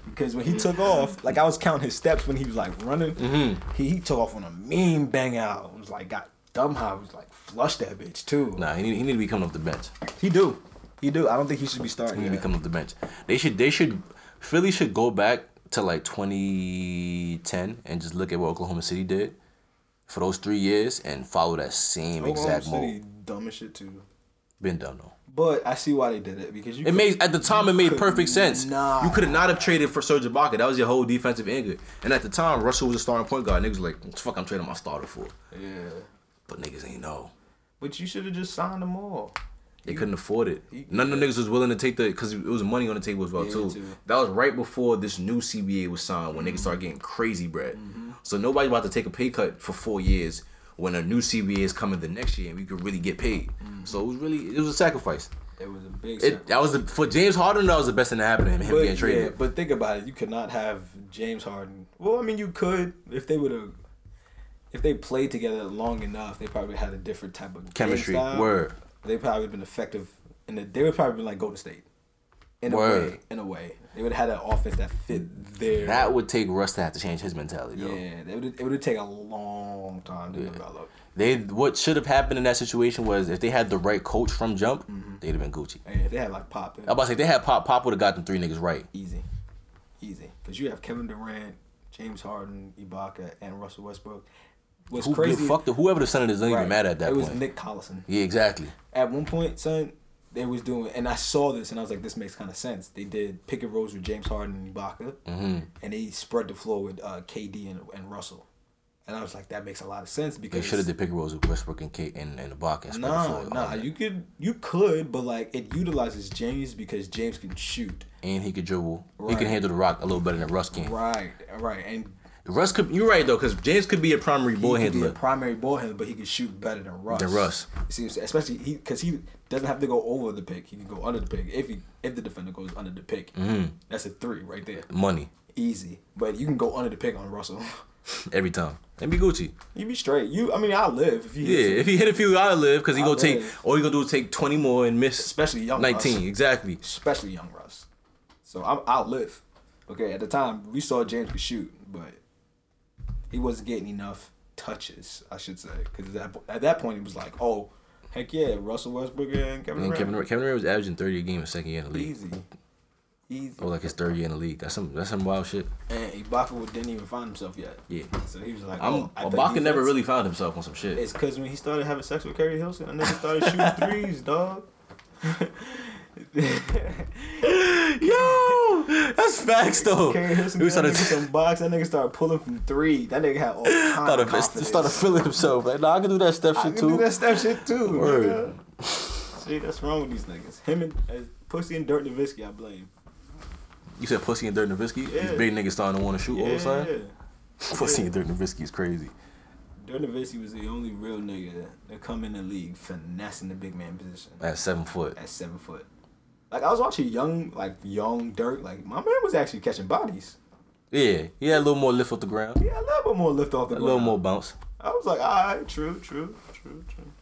S5: Because when he took off, like I was counting his steps when he was like running,
S1: Mm-hmm.
S5: he, he took off on a mean bang out. It was like got dumb high. It was like flush that bitch too.
S1: Nah, he need, he need to be coming off the bench.
S5: He do, he do. I don't think he should be starting.
S1: He need to
S5: yet.
S1: be coming off the bench. They should they should Philly should go back to like 2010 and just look at what Oklahoma City did for those three years and follow that same
S2: Oklahoma
S1: exact
S2: City
S1: mode.
S2: dumb as shit too.
S1: Been done though.
S2: But I see why they did it because you
S1: It
S2: could-
S1: made at the time it made
S2: could
S1: perfect sense.
S2: not.
S1: You could not have traded for Serge Ibaka. That was your whole defensive anchor. And at the time, Russell was a starting point guard. Niggas was like, "What the fuck, I'm trading my starter for.
S2: Yeah.
S1: But niggas ain't know.
S2: But you should have just signed them all.
S1: They couldn't afford it. None of the niggas was willing to take the because it was money on the table as well too.
S2: too.
S1: That was right before this new CBA was signed when niggas started getting crazy bread.
S2: Mm-hmm.
S1: So nobody about to take a pay cut for four years when a new CBA is coming the next year and we could really get paid.
S2: Mm-hmm.
S1: So it was really it was a sacrifice.
S2: It was a big
S1: It that was the, for James Harden that was the best thing that happened to him, him
S2: But,
S1: getting traded.
S2: yeah, but think about it. You could not have James Harden. Well, I mean, you could if they would have, if they played together long enough. They probably had a different type of game
S1: Chemistry,
S2: style.
S1: word.
S2: They probably been effective, and the, they would probably been like Golden State. In a
S1: Word.
S2: way, in a way, they would have had an offense that fit their.
S1: That would take Russ to have to change his mentality though.
S2: yeah, they would. It would have taken a long time to develop.
S1: They what should have happened in that situation was if they had the right coach from jump,
S2: Mm-hmm.
S1: they'd have been Gucci.
S2: And if they had like Pop,
S1: I'm about to say if they had Pop Pop would have got them three niggas right.
S2: easy, easy, because you have Kevin Durant, James Harden, Ibaka, and Russell Westbrook. What's
S1: Who
S2: crazy?
S1: crazy. Fuck the whoever the Senators doesn't even
S2: Right.
S1: matter at that
S2: It
S1: point.
S2: was Nick Collison.
S1: yeah, exactly.
S2: At one point, son, they was doing, and I saw this, and I was like, this makes kind of sense. They did pick and rolls with James Harden and Ibaka,
S1: Mm-hmm.
S2: and they spread the floor with uh, KD and, and Russell. And I was like, that makes a lot of sense
S1: They
S2: because
S1: should have did pick and rolls with Westbrook and Kate and, and Ibaka. and Oh, spread the
S2: Nah,
S1: floor.
S2: nah, you could, you could, but like it utilizes James because James can shoot.
S1: and he could dribble. He
S2: Right.
S1: can handle the rock a little better than Russ can.
S2: Right, right, and
S1: Russ could. You're right though, because James could be a primary ball
S2: he could be a
S1: handler.
S2: primary ball handler, but he could shoot better than Russ.
S1: Than Russ.
S2: You see, what I'm saying? especially he because he doesn't have to go over the pick. He can go under the pick if he if the defender goes under the pick.
S1: Mm-hmm.
S2: That's a three right there,
S1: Money [laughs]
S2: easy. But you can go under the pick on Russell. [laughs]
S1: every time. And be Gucci.
S2: you be straight. You, I mean, I live if you.
S1: Yeah, if he hit a few, I live because he
S2: I'll
S1: gonna take.
S2: live.
S1: All he gonna do is take 20 more and miss.
S2: Especially young
S1: 19
S2: Russ.
S1: exactly.
S2: especially young Russ. So I'm, I'll live. Okay, at the time we saw James could shoot, but he wasn't getting enough touches, I should say, because at, that- at that point it was like, oh, heck yeah, Russell Westbrook and Kevin
S1: And
S2: Durant.
S1: Kevin Durant, Kevin Durant was averaging 30 a game his second year in the league.
S2: Easy. Easy.
S1: Or like his third year in the league. That's some that's some wild shit.
S2: And Ibaka didn't even find himself yet.
S1: Yeah.
S2: So he was like,
S1: I'm
S2: oh, I play
S1: Ibaka never
S2: defense.
S1: really found himself on some shit.
S2: It's because when he started having sex with Kerry Hilson, I never started shooting
S1: [laughs]
S2: threes, dog.
S1: Yo, that's facts though.
S2: Kerry Hilson,
S1: We
S2: that
S1: started [laughs]
S2: nigga some box. That nigga started pulling from three. That nigga had all kind of confidence.
S1: started feeling himself. Like, nah, I can do that step
S2: I
S1: shit
S2: can do
S1: too.
S2: that stuff shit too.
S1: Word.
S2: nigga. See, that's wrong with these niggas. Him and uh, Pussy and Dirt Nowitzki, I blame.
S1: You said pussy and Dirk Nowitzki.
S2: Yeah.
S1: These big niggas starting to want to shoot all of a
S2: Yeah.
S1: sudden. [laughs] Pussy and Dirk Nowitzki is crazy.
S2: Dirt Nowitzki was the only real nigga that come in the league finessing the big man position.
S1: At seven foot.
S2: at seven foot. Like I was watching young, like young Dirk. Like my man was actually catching bodies.
S1: Yeah, he had a little more lift off the ground.
S2: Yeah, a little bit more lift off the
S1: A
S2: ground.
S1: little more bounce.
S2: I was like, all right, true, true, true, true.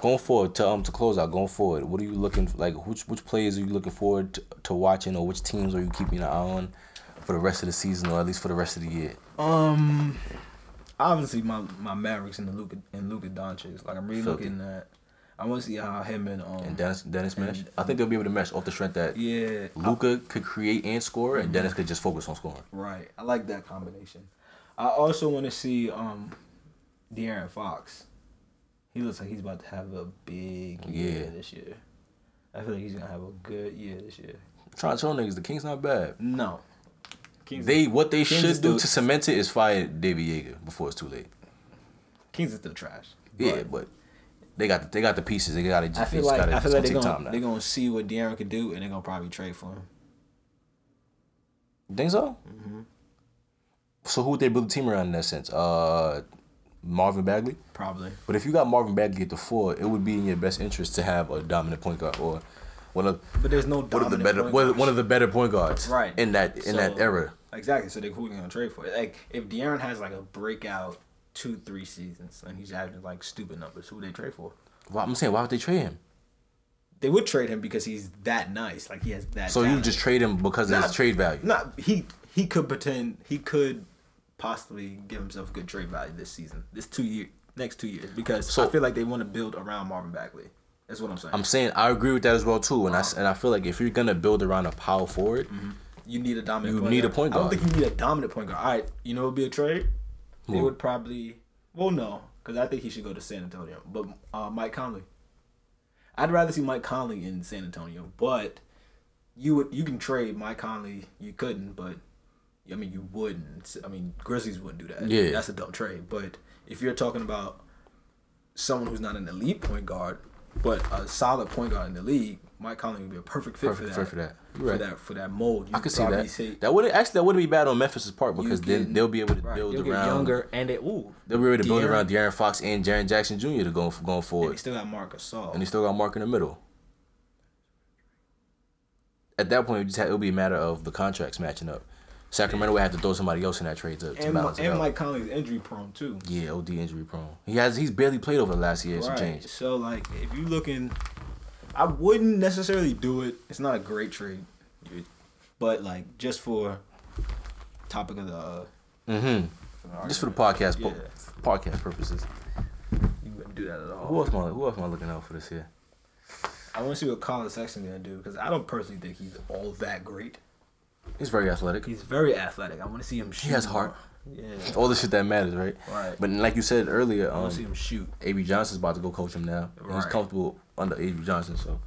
S1: Going forward, to um to close out, going forward, what are you looking like? Which which players are you looking forward to, to watching, or which teams are you keeping an eye on for the rest of the season, or at least for the rest of the year?
S2: Um, obviously my my Mavericks and the Luka and Luka Doncic. Like I'm really
S1: Filthy.
S2: looking at. I want to see how him and um
S1: And Dennis, Dennis mesh.
S2: And-
S1: I think they'll be able to mesh off the strength that
S2: yeah I-
S1: Luca could create and score, and Dennis could just focus on scoring.
S2: right. I like that combination. I also want to see um, De'Aaron Fox. He looks like he's about to have a big year
S1: Yeah.
S2: this year. I feel like he's gonna have a good year this year.
S1: I'm trying to tell niggas the Kings not bad.
S2: No. Kings
S1: They what they
S2: Kings is
S1: should do
S2: the-
S1: to cement it is fire David Yeager before it's too late.
S2: Kings is still trash.
S1: yeah, but they got they got the pieces. They got it.
S2: I
S1: Just,
S2: feel
S1: they just
S2: like
S1: gotta,
S2: I feel
S1: it's gonna
S2: like they're
S1: take
S2: gonna they're
S1: time now.
S2: gonna see what De'Aaron can do and they're gonna probably trade for him.
S1: Think so?
S2: Mm-hmm.
S1: So who would they build the team around in that sense? Uh, Marvin Bagley.
S2: Probably.
S1: But if you got Marvin Bagley at the four, it would be in your best interest to have a dominant point guard or one of
S2: But there's no
S1: one of
S2: dominant
S1: the better
S2: point
S1: one,
S2: guards.
S1: one of the better point guards
S2: Right.
S1: in that in that
S2: So-
S1: era.
S2: Exactly. So they who are gonna trade for? Like if De'Aaron has like a breakout two three seasons and he's having like stupid numbers, who would they trade for?
S1: Well, I'm saying why would they trade him?
S2: They would trade him because he's that nice. Like he has that.
S1: So you
S2: talent.
S1: just trade him because of
S2: Nah.
S1: his trade value.
S2: not he he could pretend he could possibly give himself a good trade value this season, this two year next two years because I
S1: So-
S2: feel like they want to build around Marvin Bagley. That's what I'm saying.
S1: I'm saying I agree with that as well too, and I s- and I feel like if you're gonna build around a power forward,
S2: Mm-hmm. you need a dominant.
S1: You
S2: point
S1: need
S2: guard.
S1: a point
S2: I don't
S1: guard.
S2: think you need a dominant point guard. All right, you know, it'd be a trade. They
S1: Who?
S2: would probably. Well, no, because I think he should go to San Antonio. But uh, Mike Conley, I'd rather see Mike Conley in San Antonio. But you would you can trade Mike Conley. You couldn't, but I mean you wouldn't. I mean Grizzlies wouldn't do that.
S1: Yeah.
S2: that's a dumb trade. But if you're talking about someone who's not an elite point guard, but a solid point guard in the league, Mike Conley would be a perfect fit
S1: Perfect
S2: for that.
S1: fit for that. You're
S2: For
S1: right.
S2: that for that mold. You
S1: I could see
S2: probably
S1: that. That would actually that wouldn't be bad on Memphis's part because
S2: can-
S1: then they'll be able to
S2: right,
S1: build
S2: you'll get
S1: around.
S2: younger and they ooh
S1: They'll be able to build
S2: De'Aaron.
S1: around De'Aaron Fox and Jaren Jackson Jr. to go going
S2: And they
S1: forward,
S2: still got Marcus Saul.
S1: and they still got Mark in the middle. At that point, it just had, it'll be a matter of the contracts matching up. Sacramento would have to throw somebody else in that trade to, to
S2: and,
S1: balance
S2: Mi-
S1: it
S2: and
S1: out.
S2: Mike Conley's injury prone too.
S1: yeah, OD injury prone. He has he's barely played over the last year. and Some
S2: Right.
S1: change.
S2: So like if you looking I wouldn't necessarily do it. It's not a great trade. You- But like just for topic of the uh,
S1: Mm-hmm. Just for the podcast, po-
S2: Yeah.
S1: podcast purposes.
S2: you wouldn't do that at all.
S1: Who else? Am I, who else am I looking out for this year?
S2: I want to see what Colin Sexton gonna do because I don't personally think he's all that great.
S1: He's very athletic.
S2: He's very athletic. I want to see him shoot.
S1: has heart.
S2: more. Yeah.
S1: All the shit that matters, right?
S2: Right.
S1: But like you said earlier,
S2: I want to see
S1: um,
S2: him shoot.
S1: AB Johnson's about to go coach him now. And He's
S2: Right.
S1: comfortable under AB Johnson, so.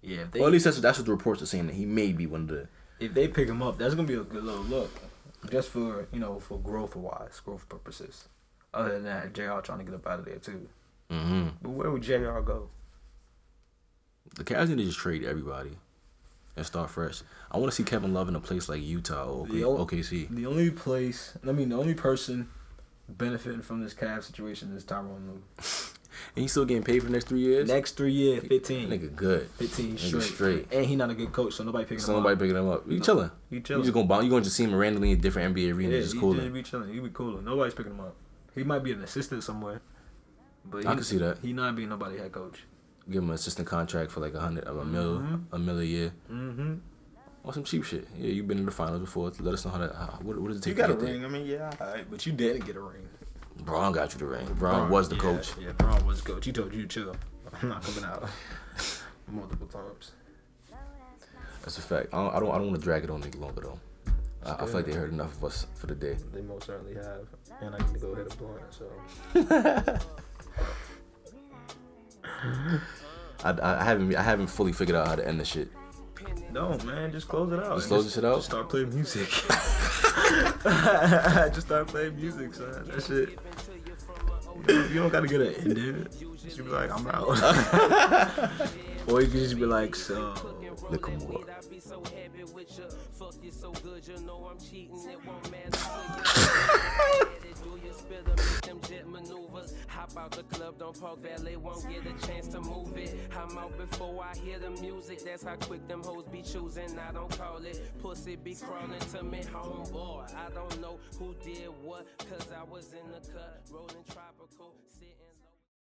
S2: Yeah. If they,
S1: Well, at least that's that's what the reports are saying that he may be one of the.
S2: if they pick him up, that's gonna be a good little look, just for you know for growth wise, growth purposes. Other than that, Jr. trying to get up out of there too.
S1: Mm-hmm.
S2: But where would Jr. go?
S1: The Cavs need to just trade everybody, and start fresh. I want to see Kevin Love in a place like Utah or OK-
S2: The ol-
S1: OKC.
S2: The only place, I mean, the only person benefiting from this Cavs situation is Tyronn Lue.
S1: And he's still getting paid for the next three years.
S2: Next three years, fifteen.
S1: Nigga, good.
S2: 15
S1: Nigga
S2: straight.
S1: straight.
S2: And he not a good coach, so nobody picking him up.
S1: Somebody picking him up. You chilling.
S2: He
S1: You
S2: chilling.
S1: just gonna bounce. You gonna just see him randomly in different NBA arenas,
S2: yeah,
S1: just
S2: he
S1: cooling.
S2: just be chilling. He be cooling. Nobody's picking him up. He might be an assistant somewhere. But
S1: I
S2: he-
S1: can see that.
S2: He not being nobody head coach.
S1: Give him an assistant contract for like a hundred, of a mil, a mil a year,
S2: Mm-hmm.
S1: or some cheap shit. Yeah, you've been in the finals before. Let us know how that. How, what, what does it take
S2: You got
S1: to
S2: a
S1: get there?
S2: ring. I mean, yeah, all right, but you didn't get a ring.
S1: Braun got you the ring. Braun was the
S2: yeah,
S1: coach.
S2: Yeah, Braun was the coach. He told you to chill. [laughs] I'm not coming out [laughs] multiple times.
S1: That's a fact. I don't. I don't, I don't want to drag it on any longer though. I, I feel like they heard enough of us for the day.
S2: They most certainly have, and I need to go hit a blunt. So
S1: I, I, I haven't. I haven't fully figured out how to end this shit.
S2: no, man, just close it out.
S1: Just close this shit out?
S2: Just start
S1: [laughs]
S2: playing music. [laughs] just start playing music, son. That shit. You don't gotta get it, dude. Just be like, I'm
S1: [laughs]
S2: out. [laughs] or you can just be like, so.
S1: Look at more.
S6: I'd be so happy with you. Fuck you so good, you know I'm cheating. It won't matter to you. Do you spill them, make them jet maneuvers? Hop out the club, don't park valet, won't get a chance to move it. I'm out before I hear the music. That's how quick them hoes be choosing. I don't call it pussy, be crawling to me, homeboy. I don't know who did what, cause I was in the cut, rolling tropical.